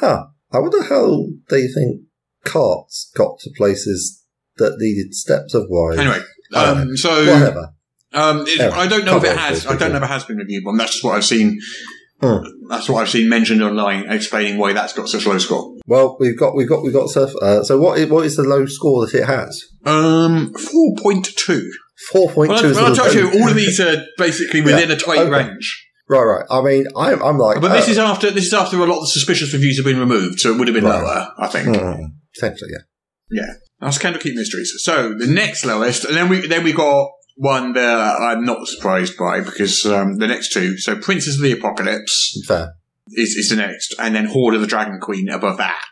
[SPEAKER 6] Huh. I wonder how they think carts got to places that needed steps of wide.
[SPEAKER 5] Anyway,
[SPEAKER 6] I don't
[SPEAKER 5] um, so
[SPEAKER 6] Whatever.
[SPEAKER 5] Um, it,
[SPEAKER 6] Anyway,
[SPEAKER 5] I don't know if it
[SPEAKER 6] cover
[SPEAKER 5] has.
[SPEAKER 6] those
[SPEAKER 5] I don't
[SPEAKER 6] people.
[SPEAKER 5] know if it has been reviewed, but that's just what I've seen.
[SPEAKER 6] Hmm.
[SPEAKER 5] That's what I've seen mentioned online, explaining why that's got such low score.
[SPEAKER 6] Well, we've got we've got we've got stuff. Uh, so what is, what is the low score that it has?
[SPEAKER 5] Um, four point two.
[SPEAKER 6] Four point two.
[SPEAKER 5] Well, I, well, I told you all of these are basically within a tight
[SPEAKER 6] okay.
[SPEAKER 5] range.
[SPEAKER 6] Right, right. I mean, I'm I'm like,
[SPEAKER 5] But this
[SPEAKER 6] uh,
[SPEAKER 5] is after this is after a lot of the suspicious reviews have been removed, so it would have been
[SPEAKER 6] Right.
[SPEAKER 5] lower, I think.
[SPEAKER 6] hmm, potentially yeah.
[SPEAKER 5] Yeah, that's Candlekeep Mysteries. So the next lowest, and then we then we got one that I'm not surprised by because um, the next two, so Princess of the Apocalypse,
[SPEAKER 6] Fair.
[SPEAKER 5] is, is the next, and then Horde of the Dragon Queen above that.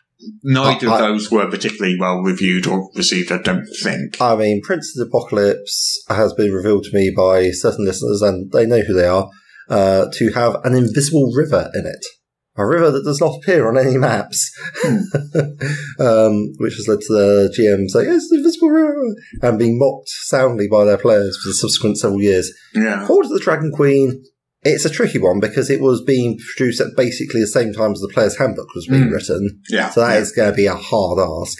[SPEAKER 5] Neither
[SPEAKER 6] Uh,
[SPEAKER 5] of
[SPEAKER 6] I-
[SPEAKER 5] those were particularly well reviewed or received, I don't think.
[SPEAKER 6] I mean, Prince of the Apocalypse has been revealed to me by certain listeners, and they know who they are, uh, to have an invisible river in it. A river that does not appear on any maps, um, which has led to the GM saying, it's an invisible river, and being mocked soundly by their players for the subsequent several years.
[SPEAKER 5] Yeah.
[SPEAKER 6] Horde of the Dragon Queen, it's a tricky one because it was being produced at basically the same time as the player's handbook was being
[SPEAKER 5] Mm.
[SPEAKER 6] written.
[SPEAKER 5] Yeah.
[SPEAKER 6] So that is going to be a hard ask.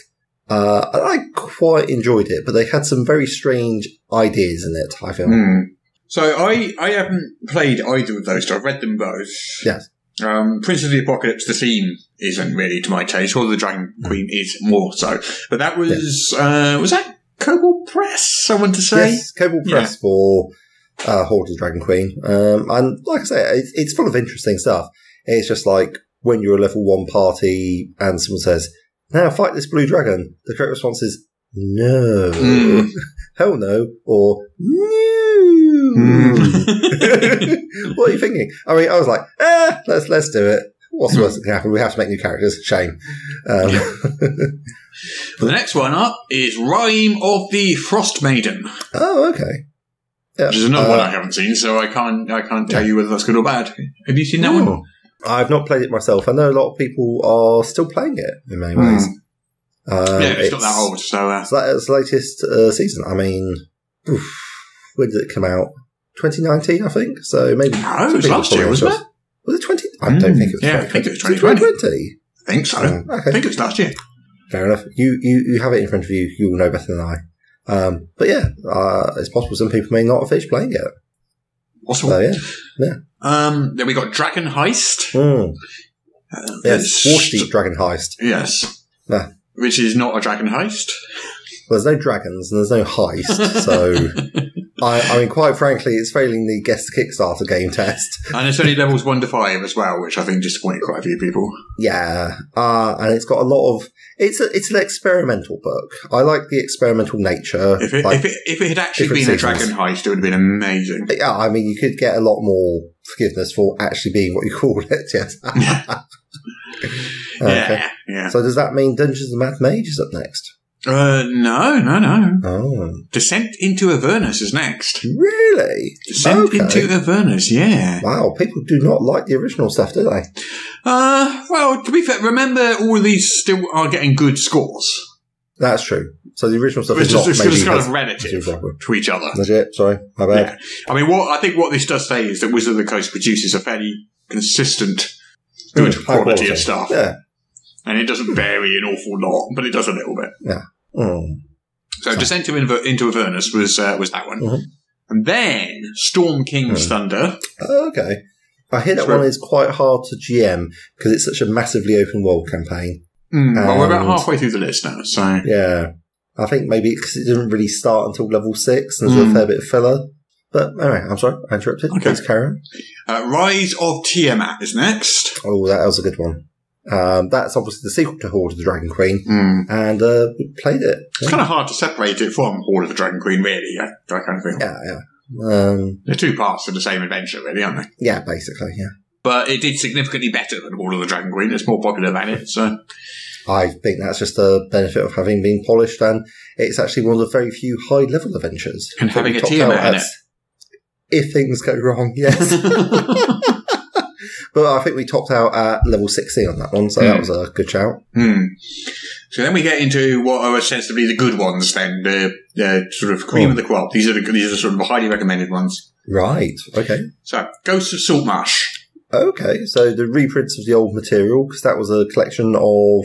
[SPEAKER 6] Uh, and I quite enjoyed it, but they had some very strange ideas in it, I feel.
[SPEAKER 5] Hmm. So I, I haven't played either of those, so I've read them both.
[SPEAKER 6] Yes.
[SPEAKER 5] Um, Prince of the Apocalypse, the theme isn't really to my taste. Horde of the Dragon
[SPEAKER 6] Hmm.
[SPEAKER 5] Queen is more so. But that was, uh, was that Cobalt Press, someone to say?
[SPEAKER 6] Yes, Cobalt
[SPEAKER 5] Yeah.
[SPEAKER 6] Press for uh, Horde of the Dragon Queen. Um, and like I say, it, it's full of interesting stuff. It's just like when you're a level one party and someone says, now fight this blue dragon, the correct response is, no.
[SPEAKER 5] Mm.
[SPEAKER 6] Hell no, or
[SPEAKER 5] Hmm.
[SPEAKER 6] no. what are you thinking? I mean, I was like, eh, let's let's do it. What's the worst that can happen? We have to make new characters. Shame. Um,
[SPEAKER 5] The next one up is Rhyme of the Frost Maiden,
[SPEAKER 6] oh, okay. Yeah,
[SPEAKER 5] which is another
[SPEAKER 6] uh,
[SPEAKER 5] one I haven't seen, so I can't, I can't tell you whether that's good or bad. Have you seen that one?
[SPEAKER 6] Hmm. I've not played it myself. I know a lot of people are still playing it in many ways. Um,
[SPEAKER 5] Hmm. yeah, it's, not that old. So uh,
[SPEAKER 6] It's, la- it's the latest uh, season. I mean, oof, when did it come out? 2019, I think. So maybe.
[SPEAKER 5] No, it
[SPEAKER 6] some
[SPEAKER 5] was
[SPEAKER 6] people
[SPEAKER 5] last year,
[SPEAKER 6] probably
[SPEAKER 5] wasn't
[SPEAKER 6] just- Was it 20? I
[SPEAKER 5] Hmm.
[SPEAKER 6] don't think it was.
[SPEAKER 5] Yeah, I think it was
[SPEAKER 6] 2020.
[SPEAKER 5] I think so.
[SPEAKER 6] Um,
[SPEAKER 5] I
[SPEAKER 6] okay.
[SPEAKER 5] think it was last year.
[SPEAKER 6] Fair enough. You, you you have it in front of you. You will know better than I. Um, but yeah, uh, it's possible some people may not have finished playing it.
[SPEAKER 5] Awesome.
[SPEAKER 6] So Uh, yeah,
[SPEAKER 5] Um, then we got Dragon Heist.
[SPEAKER 6] mm.
[SPEAKER 5] Uh,
[SPEAKER 6] yes,
[SPEAKER 5] it's-
[SPEAKER 6] Uh. Waterdeep Dragon Heist.
[SPEAKER 5] Yes.
[SPEAKER 6] Yeah.
[SPEAKER 5] Which is not a Dragon Heist.
[SPEAKER 6] There's no dragons and there's no heist, so I, I mean, quite frankly, it's failing the guess the Kickstarter game test.
[SPEAKER 5] And it's only levels 1 to 5 as well, which I think disappointed quite a few people.
[SPEAKER 6] Yeah, uh, and it's got a lot of it's a, it's an experimental book. I like the experimental nature.
[SPEAKER 5] If it,
[SPEAKER 6] like-
[SPEAKER 5] if it, if it had actually been
[SPEAKER 6] different
[SPEAKER 5] a Dragon
[SPEAKER 6] seasons.
[SPEAKER 5] Heist, it would have been amazing.
[SPEAKER 6] But yeah, I mean, you could get a lot more forgiveness for actually being what you called it. Yes.
[SPEAKER 5] Yeah.
[SPEAKER 6] Okay.
[SPEAKER 5] Yeah.
[SPEAKER 6] So does that mean Dungeons and Mad Mage is up next?
[SPEAKER 5] Uh, no, no, no.
[SPEAKER 6] Oh,
[SPEAKER 5] Descent into Avernus is next.
[SPEAKER 6] really?
[SPEAKER 5] Descent
[SPEAKER 6] Okay.
[SPEAKER 5] into Avernus, yeah.
[SPEAKER 6] Wow, people do not like the original stuff, do they?
[SPEAKER 5] Uh, well, to be fair, remember all these still are getting good scores.
[SPEAKER 6] That's true. So the original stuff
[SPEAKER 5] It's
[SPEAKER 6] is
[SPEAKER 5] just,
[SPEAKER 6] not
[SPEAKER 5] it's
[SPEAKER 6] maybe
[SPEAKER 5] just kind of
[SPEAKER 6] has-
[SPEAKER 5] relative
[SPEAKER 6] has a problem.
[SPEAKER 5] to each other.
[SPEAKER 6] That's it. Sorry, my bad.
[SPEAKER 5] Yeah. I mean, what I think what this does say is that Wizard of the Coast produces a fairly consistent, good
[SPEAKER 6] Mm, high
[SPEAKER 5] quality, of stuff,
[SPEAKER 6] Yeah.
[SPEAKER 5] and it doesn't vary an awful lot, but it does a little bit.
[SPEAKER 6] Mm.
[SPEAKER 5] So, Descent into Inver- into Avernus was uh, was that one,
[SPEAKER 6] Mhm.
[SPEAKER 5] and then Storm King's
[SPEAKER 6] Mhm.
[SPEAKER 5] Thunder.
[SPEAKER 6] Okay. I hear that
[SPEAKER 5] True.
[SPEAKER 6] one is quite hard to GM because it's such a massively open world campaign.
[SPEAKER 5] Hmm, well, we're about
[SPEAKER 6] And-
[SPEAKER 5] halfway through the list now, so
[SPEAKER 6] Yeah. I think maybe because it didn't really start until level six, and there's
[SPEAKER 5] Mm.
[SPEAKER 6] a fair bit of filler. But anyway, I'm sorry, I interrupted.
[SPEAKER 5] Okay.
[SPEAKER 6] Please carry on.
[SPEAKER 5] uh, Rise of Tiamat is next.
[SPEAKER 6] Oh, that was a good one. Um, that's obviously the sequel to Horde of the Dragon Queen, and uh, we played it.
[SPEAKER 5] Hmm. It's kind of hard to separate it from Horde of the Dragon Queen, really. I, I kind of think
[SPEAKER 6] Yeah, yeah. Um,
[SPEAKER 5] they're two parts of the same adventure, really, aren't they?
[SPEAKER 6] yeah, basically, yeah.
[SPEAKER 5] But it did significantly better than Horde of the Dragon Queen. It's more popular than it, so
[SPEAKER 6] I think that's just a benefit of having been polished, and it's actually one of the very few high level adventures.
[SPEAKER 5] And
[SPEAKER 6] that
[SPEAKER 5] having
[SPEAKER 6] we
[SPEAKER 5] a
[SPEAKER 6] topped
[SPEAKER 5] TMA
[SPEAKER 6] out
[SPEAKER 5] in
[SPEAKER 6] at.
[SPEAKER 5] it.
[SPEAKER 6] If things go wrong, yes. but I think we topped out at level 16 on that one, so that
[SPEAKER 5] Hmm.
[SPEAKER 6] was a good shout.
[SPEAKER 5] Hmm. So then we get into what are ostensibly the good ones. Then the, the sort of
[SPEAKER 6] Oh.
[SPEAKER 5] cream of the crop. These are the these are sort of the highly recommended ones.
[SPEAKER 6] Right. Okay.
[SPEAKER 5] So Ghosts of Saltmarsh.
[SPEAKER 6] Okay. So the reprints of the old material, because that was a collection of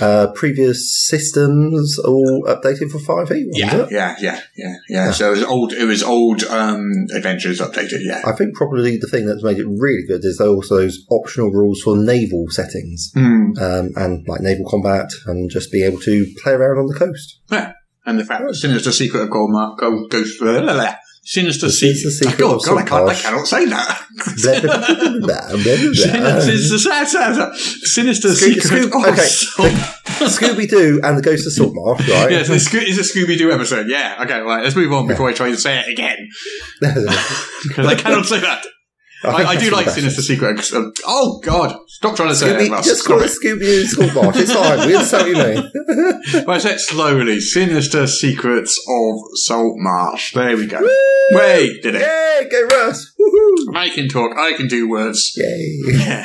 [SPEAKER 6] uh, previous systems, all updated for five E.
[SPEAKER 5] Yeah, yeah, yeah, yeah, yeah. So it was old. It was old um, adventures updated. Yeah.
[SPEAKER 6] I think probably the thing that's made it really good is there are also those optional rules for naval settings
[SPEAKER 5] Hmm.
[SPEAKER 6] um, and like naval combat and just being able to play around on the coast.
[SPEAKER 5] And the fact that Sinister Secret of Goldmark Gold Ghost. Blah, blah, blah. Sinister
[SPEAKER 6] The
[SPEAKER 5] Secret.
[SPEAKER 6] Sinister Secret
[SPEAKER 5] God,
[SPEAKER 6] of
[SPEAKER 5] God, I, can't, I
[SPEAKER 6] Saltmarsh.
[SPEAKER 5] cannot say that.
[SPEAKER 6] Blah, blah, blah, blah, blah, blah, blah.
[SPEAKER 5] Sinister, Sinister, Sinister
[SPEAKER 6] Scoop-
[SPEAKER 5] Secret
[SPEAKER 6] scoop-
[SPEAKER 5] of
[SPEAKER 6] okay.
[SPEAKER 5] Salt-
[SPEAKER 6] Scooby Doo and the Ghost of Saltmarsh, right?
[SPEAKER 5] Yeah, so it's, Sco- it's a Scooby Doo episode. Yeah. Okay, right. Let's move on before I try and say it again. Because I cannot say that. I, I do like Sinister Secret. of- of- oh, God. Stop trying to say that,
[SPEAKER 6] Scooby,
[SPEAKER 5] Russ.
[SPEAKER 6] just call
[SPEAKER 5] Stop
[SPEAKER 6] it Scooby Doo Saltmarsh. It's fine. We understand what you mean.
[SPEAKER 5] it. Right, say it slowly. Sinister Secrets of Saltmarsh. There we go. Wait, did it.
[SPEAKER 6] Yay, go Russ! Woohoo!
[SPEAKER 5] I can talk. I can do words.
[SPEAKER 6] Yay!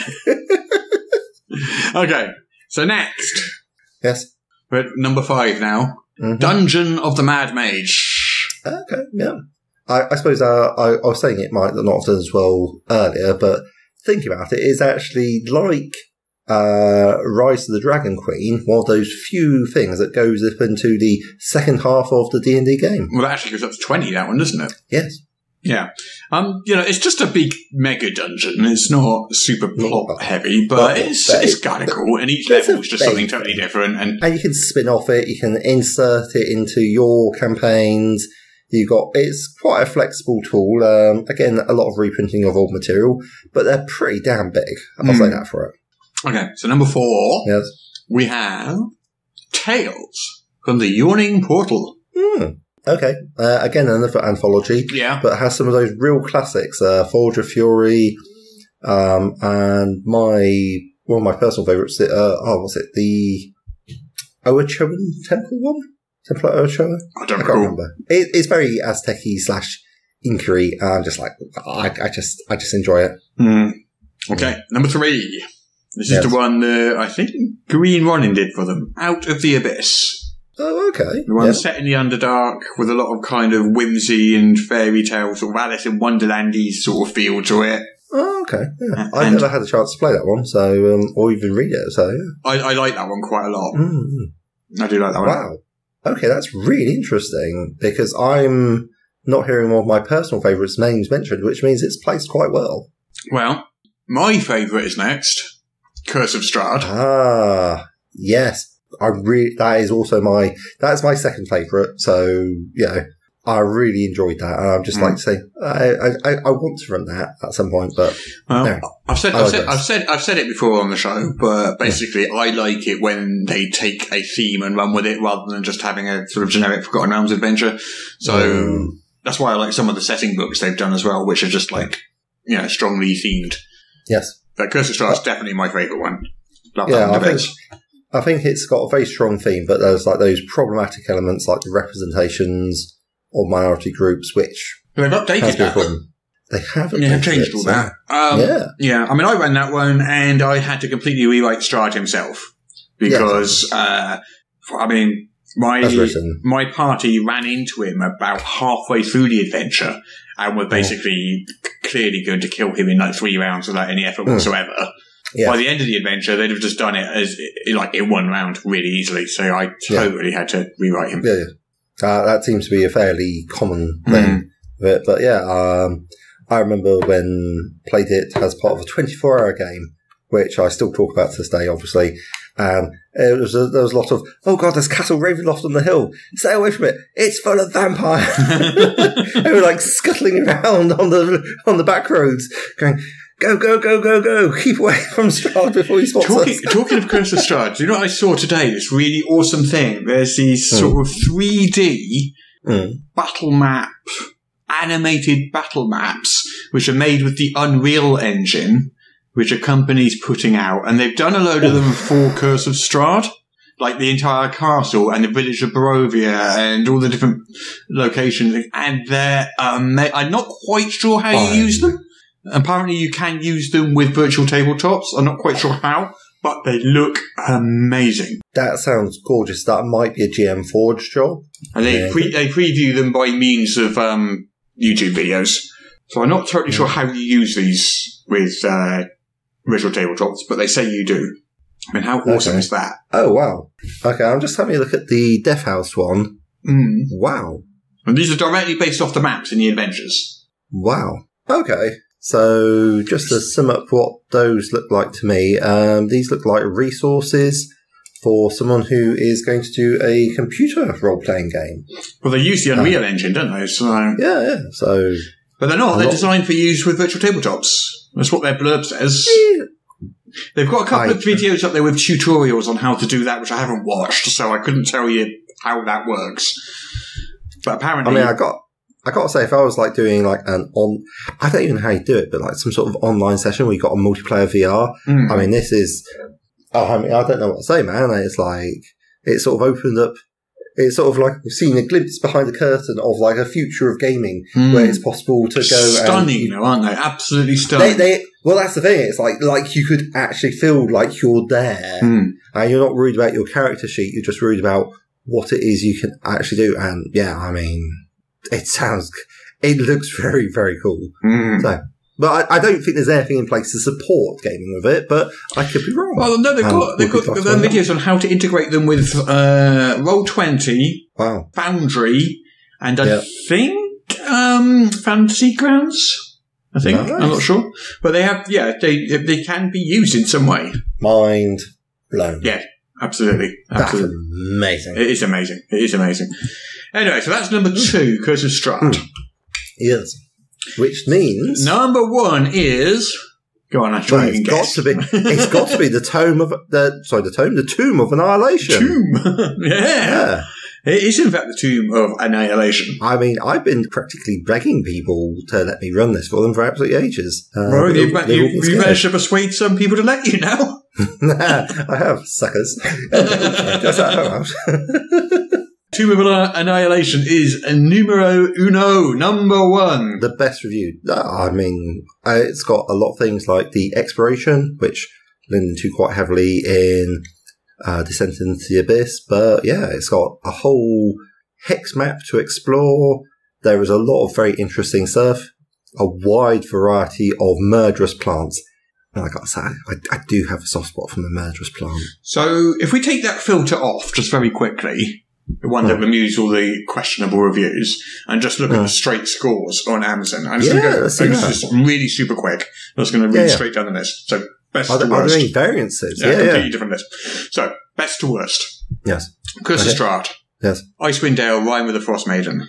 [SPEAKER 5] Okay. So next.
[SPEAKER 6] yes.
[SPEAKER 5] We're at number five now.
[SPEAKER 6] Mhm.
[SPEAKER 5] Dungeon of the Mad Mage.
[SPEAKER 6] Okay. Yeah. I, I suppose uh, I, I was saying it might not have done as well earlier, but thinking about it, it's actually like uh, Rise of the Dragon Queen, one of those few things that goes up into the second half of the D and D game.
[SPEAKER 5] Well, that actually goes up to 20, that one, doesn't it?
[SPEAKER 6] Yes.
[SPEAKER 5] Yeah. Um, you know, it's just a big mega dungeon. It's not super plot heavy, but
[SPEAKER 6] Well,
[SPEAKER 5] it's,
[SPEAKER 6] but
[SPEAKER 5] it's
[SPEAKER 6] it-
[SPEAKER 5] kind of cool. And each
[SPEAKER 6] there's
[SPEAKER 5] level
[SPEAKER 6] a
[SPEAKER 5] is just
[SPEAKER 6] base
[SPEAKER 5] something totally different. And
[SPEAKER 6] And you can spin off it. You can insert it into your campaigns. You got it's quite a flexible tool. Um, again, a lot of reprinting of old material, but they're pretty damn big. I'll say that for it.
[SPEAKER 5] okay, so number four,
[SPEAKER 6] Yes.
[SPEAKER 5] we have Tales from the Yawning Portal.
[SPEAKER 6] Hmm. Okay. Uh, again, another anthology,
[SPEAKER 5] Yeah.
[SPEAKER 6] but has some of those real classics, uh, Forge of Fury, um, and my one of my personal favourites. Uh, oh, was it the Oachoan Temple one? Temple of Oachoa?
[SPEAKER 5] I
[SPEAKER 6] I
[SPEAKER 5] don't
[SPEAKER 6] can't
[SPEAKER 5] recall.
[SPEAKER 6] remember. It, it's very aztec slash Inquiry, and I'm just like, I, I just, I just enjoy it.
[SPEAKER 5] Hmm. Okay, number three. This
[SPEAKER 6] Yes.
[SPEAKER 5] is the one that I think Green Ronin did for them. Out of the Abyss.
[SPEAKER 6] Oh, okay.
[SPEAKER 5] The one
[SPEAKER 6] Yeah.
[SPEAKER 5] set in the Underdark with a lot of kind of whimsy and fairy tale, sort of Alice in Wonderlandy sort of feel to it.
[SPEAKER 6] Oh, okay. Yeah. I've
[SPEAKER 5] And-
[SPEAKER 6] never had a chance to play that one, so um, or even read it. So, yeah.
[SPEAKER 5] I, I like that one quite a lot.
[SPEAKER 6] Mm.
[SPEAKER 5] I do like that one.
[SPEAKER 6] Wow. Okay, that's really interesting because I'm not hearing one of my personal favourites' names mentioned, which means it's placed quite well.
[SPEAKER 5] Well, my favourite is next Curse of Strahd.
[SPEAKER 6] Ah, yes. I really that is also my that's my second favourite. So you know, I really enjoyed that, and I'm just
[SPEAKER 5] Mm.
[SPEAKER 6] like saying I, I I I want to run that at some point, but
[SPEAKER 5] Well,
[SPEAKER 6] no.
[SPEAKER 5] I've said,
[SPEAKER 6] I
[SPEAKER 5] I've, said,
[SPEAKER 6] digress.
[SPEAKER 5] I've said I've said it before on the show, but basically I like it when they take a theme and run with it rather than just having a sort of generic Forgotten Realms adventure. So
[SPEAKER 6] Mm.
[SPEAKER 5] that's why I like some of the setting books they've done as well, which are just like you know strongly themed.
[SPEAKER 6] yes,
[SPEAKER 5] But Curse of Strahd is definitely my favourite one. Love
[SPEAKER 6] Yeah,
[SPEAKER 5] that one
[SPEAKER 6] I
[SPEAKER 5] to bits.
[SPEAKER 6] I think it's got a very strong theme, but there's like those problematic elements, like the representations or minority groups, which
[SPEAKER 5] They've
[SPEAKER 6] has
[SPEAKER 5] updated
[SPEAKER 6] been a
[SPEAKER 5] that.
[SPEAKER 6] problem. They haven't.
[SPEAKER 5] Yeah, have
[SPEAKER 6] fixed
[SPEAKER 5] changed
[SPEAKER 6] it,
[SPEAKER 5] all
[SPEAKER 6] so-
[SPEAKER 5] that. Um,
[SPEAKER 6] Yeah.
[SPEAKER 5] yeah. I mean, I ran that one, and I had to completely rewrite Strahd himself because, uh, I mean, my
[SPEAKER 6] As written.
[SPEAKER 5] my party ran into him about halfway through the adventure and
[SPEAKER 6] Mm.
[SPEAKER 5] were basically clearly going to kill him in like three rounds without any effort
[SPEAKER 6] Hmm.
[SPEAKER 5] whatsoever.
[SPEAKER 6] Yeah.
[SPEAKER 5] By the end of the adventure, they'd have just done it as like in one round really easily. So I
[SPEAKER 6] Yeah.
[SPEAKER 5] totally had to rewrite him.
[SPEAKER 6] Yeah, yeah. Uh, that seems to be a fairly common
[SPEAKER 5] Mm.
[SPEAKER 6] thing. with it. But yeah, um, I remember when played it as part of a 24 hour game, which I still talk about to this day, obviously. And it was there was a lot of, oh god, there's Castle Ravenloft on the hill. Stay away from it. It's full of vampires. and we were like scuttling around on the on the back roads, going, go, go, go, go, go. Keep away from Strahd before he spots
[SPEAKER 5] Talking,
[SPEAKER 6] us.
[SPEAKER 5] talking of Curse of Strahd, do you know what I saw today? This really awesome thing. There's these sort of 3D
[SPEAKER 6] Mm.
[SPEAKER 5] battle map, animated battle maps, which are made with the Unreal Engine, which a company's putting out. And they've done a load of them for Curse of Strahd, like the entire castle and the village of Barovia and all the different locations. And they're, um, I'm not quite sure how you use them. Apparently, you can use them with virtual tabletops. I'm not quite sure how, but they look amazing.
[SPEAKER 6] That sounds gorgeous. That might be a GM Forge job.
[SPEAKER 5] And they
[SPEAKER 6] Yeah.
[SPEAKER 5] pre- they preview them by means of um, YouTube videos. So I'm not totally sure how you use these with uh, virtual tabletops, but they say you do. I mean, how awesome
[SPEAKER 6] Okay.
[SPEAKER 5] is that?
[SPEAKER 6] Oh wow. Okay, I'm just having a look at the Death House one.
[SPEAKER 5] Mm.
[SPEAKER 6] Wow.
[SPEAKER 5] And these are directly based off the maps in the adventures.
[SPEAKER 6] Wow. Okay. So just to sum up what those look like to me, um, these look like resources for someone who is going to do a computer role playing game.
[SPEAKER 5] Well, they use the Unreal Engine, don't they? So,
[SPEAKER 6] Uh-huh. Yeah, yeah. So
[SPEAKER 5] but they're not.
[SPEAKER 6] I'm
[SPEAKER 5] They're
[SPEAKER 6] not-
[SPEAKER 5] designed for use with virtual tabletops. That's what their blurb says. They've got a couple
[SPEAKER 6] I-
[SPEAKER 5] of videos up there with tutorials on how to do that, which I haven't watched, so I couldn't tell you how that works. But
[SPEAKER 6] I
[SPEAKER 5] apparently,
[SPEAKER 6] mean I got I gotta say if I was like doing like an on I don't even know how you do it, but like some sort of online session where you got a multiplayer VR,
[SPEAKER 5] Mm.
[SPEAKER 6] I mean, this is. Oh, I mean, I don't know what to say, man. It's like it sort of opened up. It's sort of like we've seen a glimpse behind the curtain of like a future of gaming
[SPEAKER 5] Hmm.
[SPEAKER 6] where it's possible to go.
[SPEAKER 5] stunning,
[SPEAKER 6] And,
[SPEAKER 5] though, aren't they? Absolutely
[SPEAKER 6] they,
[SPEAKER 5] stunning.
[SPEAKER 6] they, well, that's the thing. It's like like you could actually feel like you're there,
[SPEAKER 5] Hmm.
[SPEAKER 6] and you're not worried about your character sheet. You're just worried about what it is you can actually do. And yeah, I mean, it sounds. It looks very very cool.
[SPEAKER 5] Hmm.
[SPEAKER 6] But I, I don't think there's anything in place to support gaming with it. But I could be wrong.
[SPEAKER 5] Well, no, they've
[SPEAKER 6] Um,
[SPEAKER 5] got they've
[SPEAKER 6] would
[SPEAKER 5] got
[SPEAKER 6] you like to
[SPEAKER 5] their
[SPEAKER 6] find out?
[SPEAKER 5] videos on how to integrate them with uh, Roll Twenty,
[SPEAKER 6] Wow.
[SPEAKER 5] Foundry, and I
[SPEAKER 6] Yeah.
[SPEAKER 5] think um, Fantasy Grounds. I think I'm
[SPEAKER 6] Nice.
[SPEAKER 5] not sure, but they have yeah they they can be used in some way.
[SPEAKER 6] mind blown.
[SPEAKER 5] Yeah, absolutely,
[SPEAKER 6] that's
[SPEAKER 5] absolutely.
[SPEAKER 6] amazing.
[SPEAKER 5] It is amazing. It is amazing. Anyway, so that's number two, Curse of Strahd.
[SPEAKER 6] Hmm. yes, which means
[SPEAKER 5] Number one is. Go on, Ash,
[SPEAKER 6] Well,
[SPEAKER 5] you can
[SPEAKER 6] it's got
[SPEAKER 5] guess.
[SPEAKER 6] to be. It's got to be the tome of the sorry, the tome, the tomb of annihilation.
[SPEAKER 5] Tomb. yeah.
[SPEAKER 6] Yeah,
[SPEAKER 5] It is, in fact, the Tomb of Annihilation.
[SPEAKER 6] I mean, I've been practically begging people to let me run this for them for absolutely ages. Uh,
[SPEAKER 5] Well,
[SPEAKER 6] but
[SPEAKER 5] you've,
[SPEAKER 6] they've-
[SPEAKER 5] ma- you,
[SPEAKER 6] they've all been
[SPEAKER 5] you
[SPEAKER 6] scared.
[SPEAKER 5] managed to persuade some people to let you now.
[SPEAKER 6] I have suckers. That's how it works.
[SPEAKER 5] Tomb of Anni- Annihilation is a numero uno, number one.
[SPEAKER 6] the best reviewed. I mean, uh, it's got a lot of things like the exploration, which lean into quite heavily in uh, Descent into the Abyss. But yeah, it's got a whole hex map to explore. There is a lot of very interesting stuff, a wide variety of murderous plants. And I gotta say, I, I do have a soft spot for the murderous plant.
[SPEAKER 5] So, if we take that filter off just very quickly, the one that
[SPEAKER 6] Hmm.
[SPEAKER 5] removes all the questionable reviews, and just look at
[SPEAKER 6] Hmm.
[SPEAKER 5] the straight scores on Amazon, I'm just
[SPEAKER 6] Yeah,
[SPEAKER 5] going to go
[SPEAKER 6] let's do
[SPEAKER 5] I'm just
[SPEAKER 6] that.
[SPEAKER 5] just really super quick. I'm just going to
[SPEAKER 6] Yeah,
[SPEAKER 5] read
[SPEAKER 6] yeah.
[SPEAKER 5] straight down the list. So, best
[SPEAKER 6] Are
[SPEAKER 5] to
[SPEAKER 6] there, are
[SPEAKER 5] worst.
[SPEAKER 6] there any variances?
[SPEAKER 5] yeah,
[SPEAKER 6] Yeah, yeah.
[SPEAKER 5] completely different list. So, best to worst.
[SPEAKER 6] Yes.
[SPEAKER 5] Curse of
[SPEAKER 6] Okay.
[SPEAKER 5] Strahd.
[SPEAKER 6] Yes.
[SPEAKER 5] Icewind Dale, Rhyme with the Frost Maiden.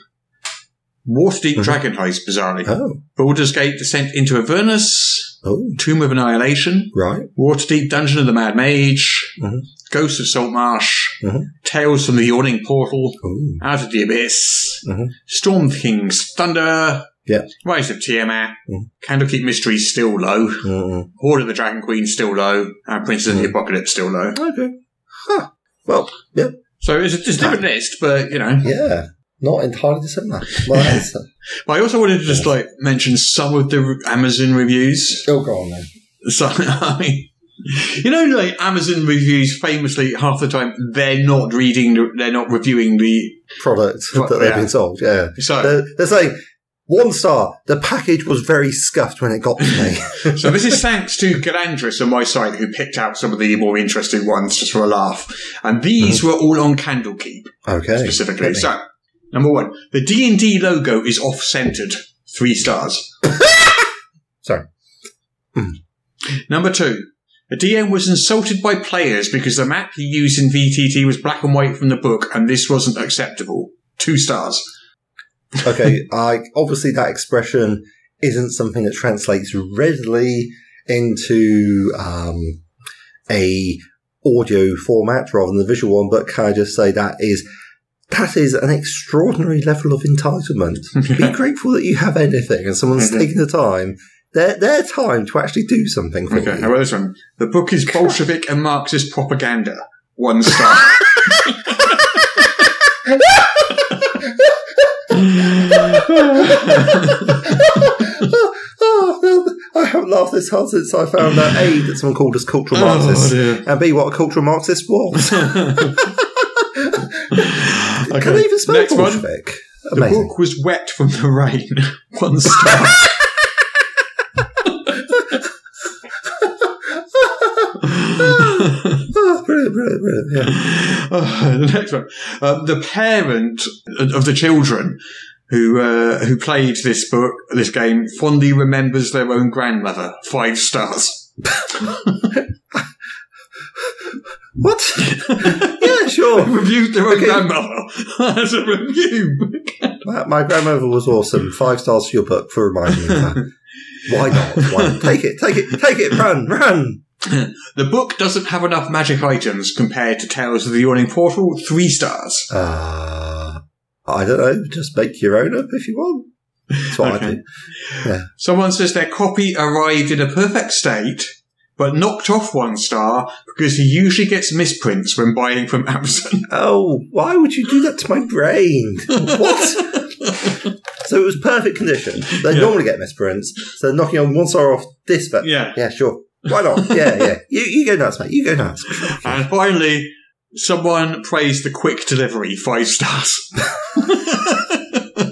[SPEAKER 5] Waterdeep
[SPEAKER 6] Mhm.
[SPEAKER 5] Dragon Heist, bizarrely.
[SPEAKER 6] Oh,
[SPEAKER 5] Baldur's Gate Descent into Avernus,
[SPEAKER 6] oh,
[SPEAKER 5] Tomb of Annihilation,
[SPEAKER 6] right.
[SPEAKER 5] Waterdeep Dungeon of the Mad Mage,
[SPEAKER 6] Mhm.
[SPEAKER 5] Ghosts of Saltmarsh,
[SPEAKER 6] Mhm.
[SPEAKER 5] Tales from the Yawning Portal,
[SPEAKER 6] Ooh.
[SPEAKER 5] Out of the Abyss,
[SPEAKER 6] Mhm.
[SPEAKER 5] Storm King's Thunder,
[SPEAKER 6] Yeah.
[SPEAKER 5] Rise of Tiamat,
[SPEAKER 6] Mhm.
[SPEAKER 5] Candlekeep Mysteries still low,
[SPEAKER 6] Mm.
[SPEAKER 5] Horde of the Dragon Queen still low, and Princess of the
[SPEAKER 6] Mhm.
[SPEAKER 5] Apocalypse still low.
[SPEAKER 6] Okay. Well, yeah,
[SPEAKER 5] So it's a, it's a different list, but you know.
[SPEAKER 6] yeah, not entirely dissimilar. Well, that's,
[SPEAKER 5] But I also wanted to just like mention some of the re- Amazon reviews.
[SPEAKER 6] oh, go on then.
[SPEAKER 5] So I mean, you know, like Amazon reviews famously half the time they're not reading, the, they're not reviewing the.
[SPEAKER 6] Product
[SPEAKER 5] Pro-
[SPEAKER 6] that they've
[SPEAKER 5] yeah.
[SPEAKER 6] been sold. Yeah,
[SPEAKER 5] So
[SPEAKER 6] they're, they're saying one star. The package was very scuffed when it got to me.
[SPEAKER 5] so this is thanks to Galandris on my site who picked out some of the more interesting ones just for a laugh, and these were all on Candlekeep.
[SPEAKER 6] okay,
[SPEAKER 5] specifically. So, number one, the D and D logo is off centered. Three stars.
[SPEAKER 6] Sorry.
[SPEAKER 5] Number two, the DM was insulted by players because the map he used in VTT was black and white from the book, and this wasn't acceptable. Two stars.
[SPEAKER 6] okay, I obviously that expression isn't something that translates readily into um, a audio format rather than the visual one, but can I just say that is that is an extraordinary level of entitlement. Be grateful that you have anything and someone's
[SPEAKER 5] Mhm.
[SPEAKER 6] taking the time, their their time to actually do something for
[SPEAKER 5] Okay,
[SPEAKER 6] you.
[SPEAKER 5] how about this one? The book is Bolshevik and Marxist propaganda. One star.
[SPEAKER 6] Oh, I haven't laughed this hard since I found out A, that someone called us cultural Marxists,
[SPEAKER 5] Oh, dear.
[SPEAKER 6] and B, what a cultural Marxist was. Can they even spell
[SPEAKER 5] next one.
[SPEAKER 6] Bolshevik?
[SPEAKER 5] The
[SPEAKER 6] Amazing.
[SPEAKER 5] book was wet from the rain. One star.
[SPEAKER 6] Oh, brilliant, brilliant, brilliant. Yeah.
[SPEAKER 5] Oh, the next one. Um, the parent of the children who uh, who played this book, this game, fondly remembers their own grandmother. Five stars.
[SPEAKER 6] What? yeah, sure.
[SPEAKER 5] Reviewed their own
[SPEAKER 6] Okay.
[SPEAKER 5] grandmother as a review.
[SPEAKER 6] My, my grandmother was awesome. Five stars for your book for reminding me of that. Why not? Why not? Take it, take it, take it, run, run.
[SPEAKER 5] The book doesn't have enough magic items compared to Tales of the Yawning Portal. Three stars.
[SPEAKER 6] Uh, I don't know. Just make your own up if you want. That's what I
[SPEAKER 5] Okay.
[SPEAKER 6] do.
[SPEAKER 5] Someone says their copy arrived in a perfect state, but knocked off one star because he usually gets misprints when buying from Amazon.
[SPEAKER 6] Oh, why would you do that to my brain? What? so it was perfect condition. They
[SPEAKER 5] Yeah.
[SPEAKER 6] normally get misprints. So knocking on one star off this, but
[SPEAKER 5] Yeah.
[SPEAKER 6] yeah, sure. Why not? Yeah, yeah. You, you go nuts, mate. You go nuts.
[SPEAKER 5] And finally, someone praised the quick delivery five stars.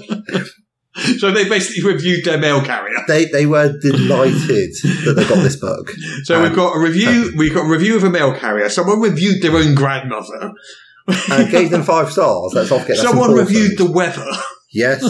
[SPEAKER 5] so they basically reviewed their mail carrier.
[SPEAKER 6] They they were delighted that they got this book.
[SPEAKER 5] So
[SPEAKER 6] Um,
[SPEAKER 5] we've got a review. We've got a review of a mail carrier. Someone reviewed their own grandmother.
[SPEAKER 6] and gave them five stars. Let's not forget. That's
[SPEAKER 5] someone
[SPEAKER 6] important.
[SPEAKER 5] reviewed the weather
[SPEAKER 6] yes,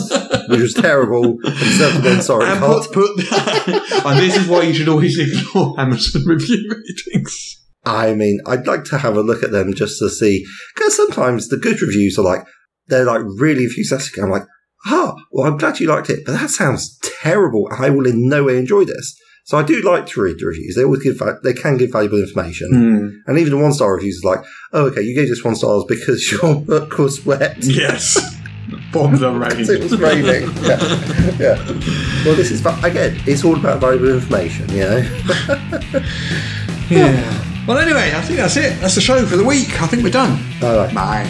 [SPEAKER 6] which was terrible. and served them in sorry
[SPEAKER 5] and
[SPEAKER 6] card.
[SPEAKER 5] put, put and this is why you should always ignore Amazon review ratings.
[SPEAKER 6] I mean, I'd like to have a look at them just to see because sometimes the good reviews are like they're like really enthusiastic. I'm like, ah, well, I'm glad you liked it, but that sounds terrible. I will in no way enjoy this. So I do like to read the reviews. They always give val- they can give valuable information,
[SPEAKER 5] Hmm.
[SPEAKER 6] and even the one star reviews is like, oh, okay, you gave this one stars because your book was wet.
[SPEAKER 5] Yes, bomb the
[SPEAKER 6] it
[SPEAKER 5] rain.
[SPEAKER 6] was raining. yeah. yeah. Well, this is but again, it's all about valuable information, you know.
[SPEAKER 5] Well, anyway, I think that's it. That's the show for the week. I think we're done.
[SPEAKER 6] All right.
[SPEAKER 5] Bye.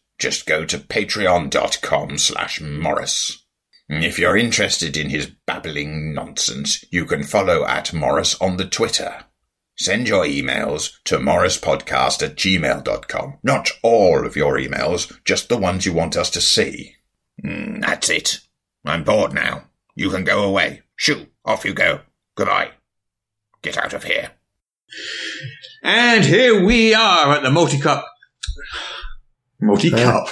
[SPEAKER 9] Just go to patreon.com slash morris. Mm, If you're interested in his babbling nonsense, you can follow at Morris on the Twitter. Send your emails to morrispodcast at gmail.com. Not all of your emails, just the ones you want us to see. Mm, that's it. I'm bored now. You can go away. Shoo, off you go. Goodbye. Get out of here.
[SPEAKER 5] And here we are at the multi cup. Multi cup.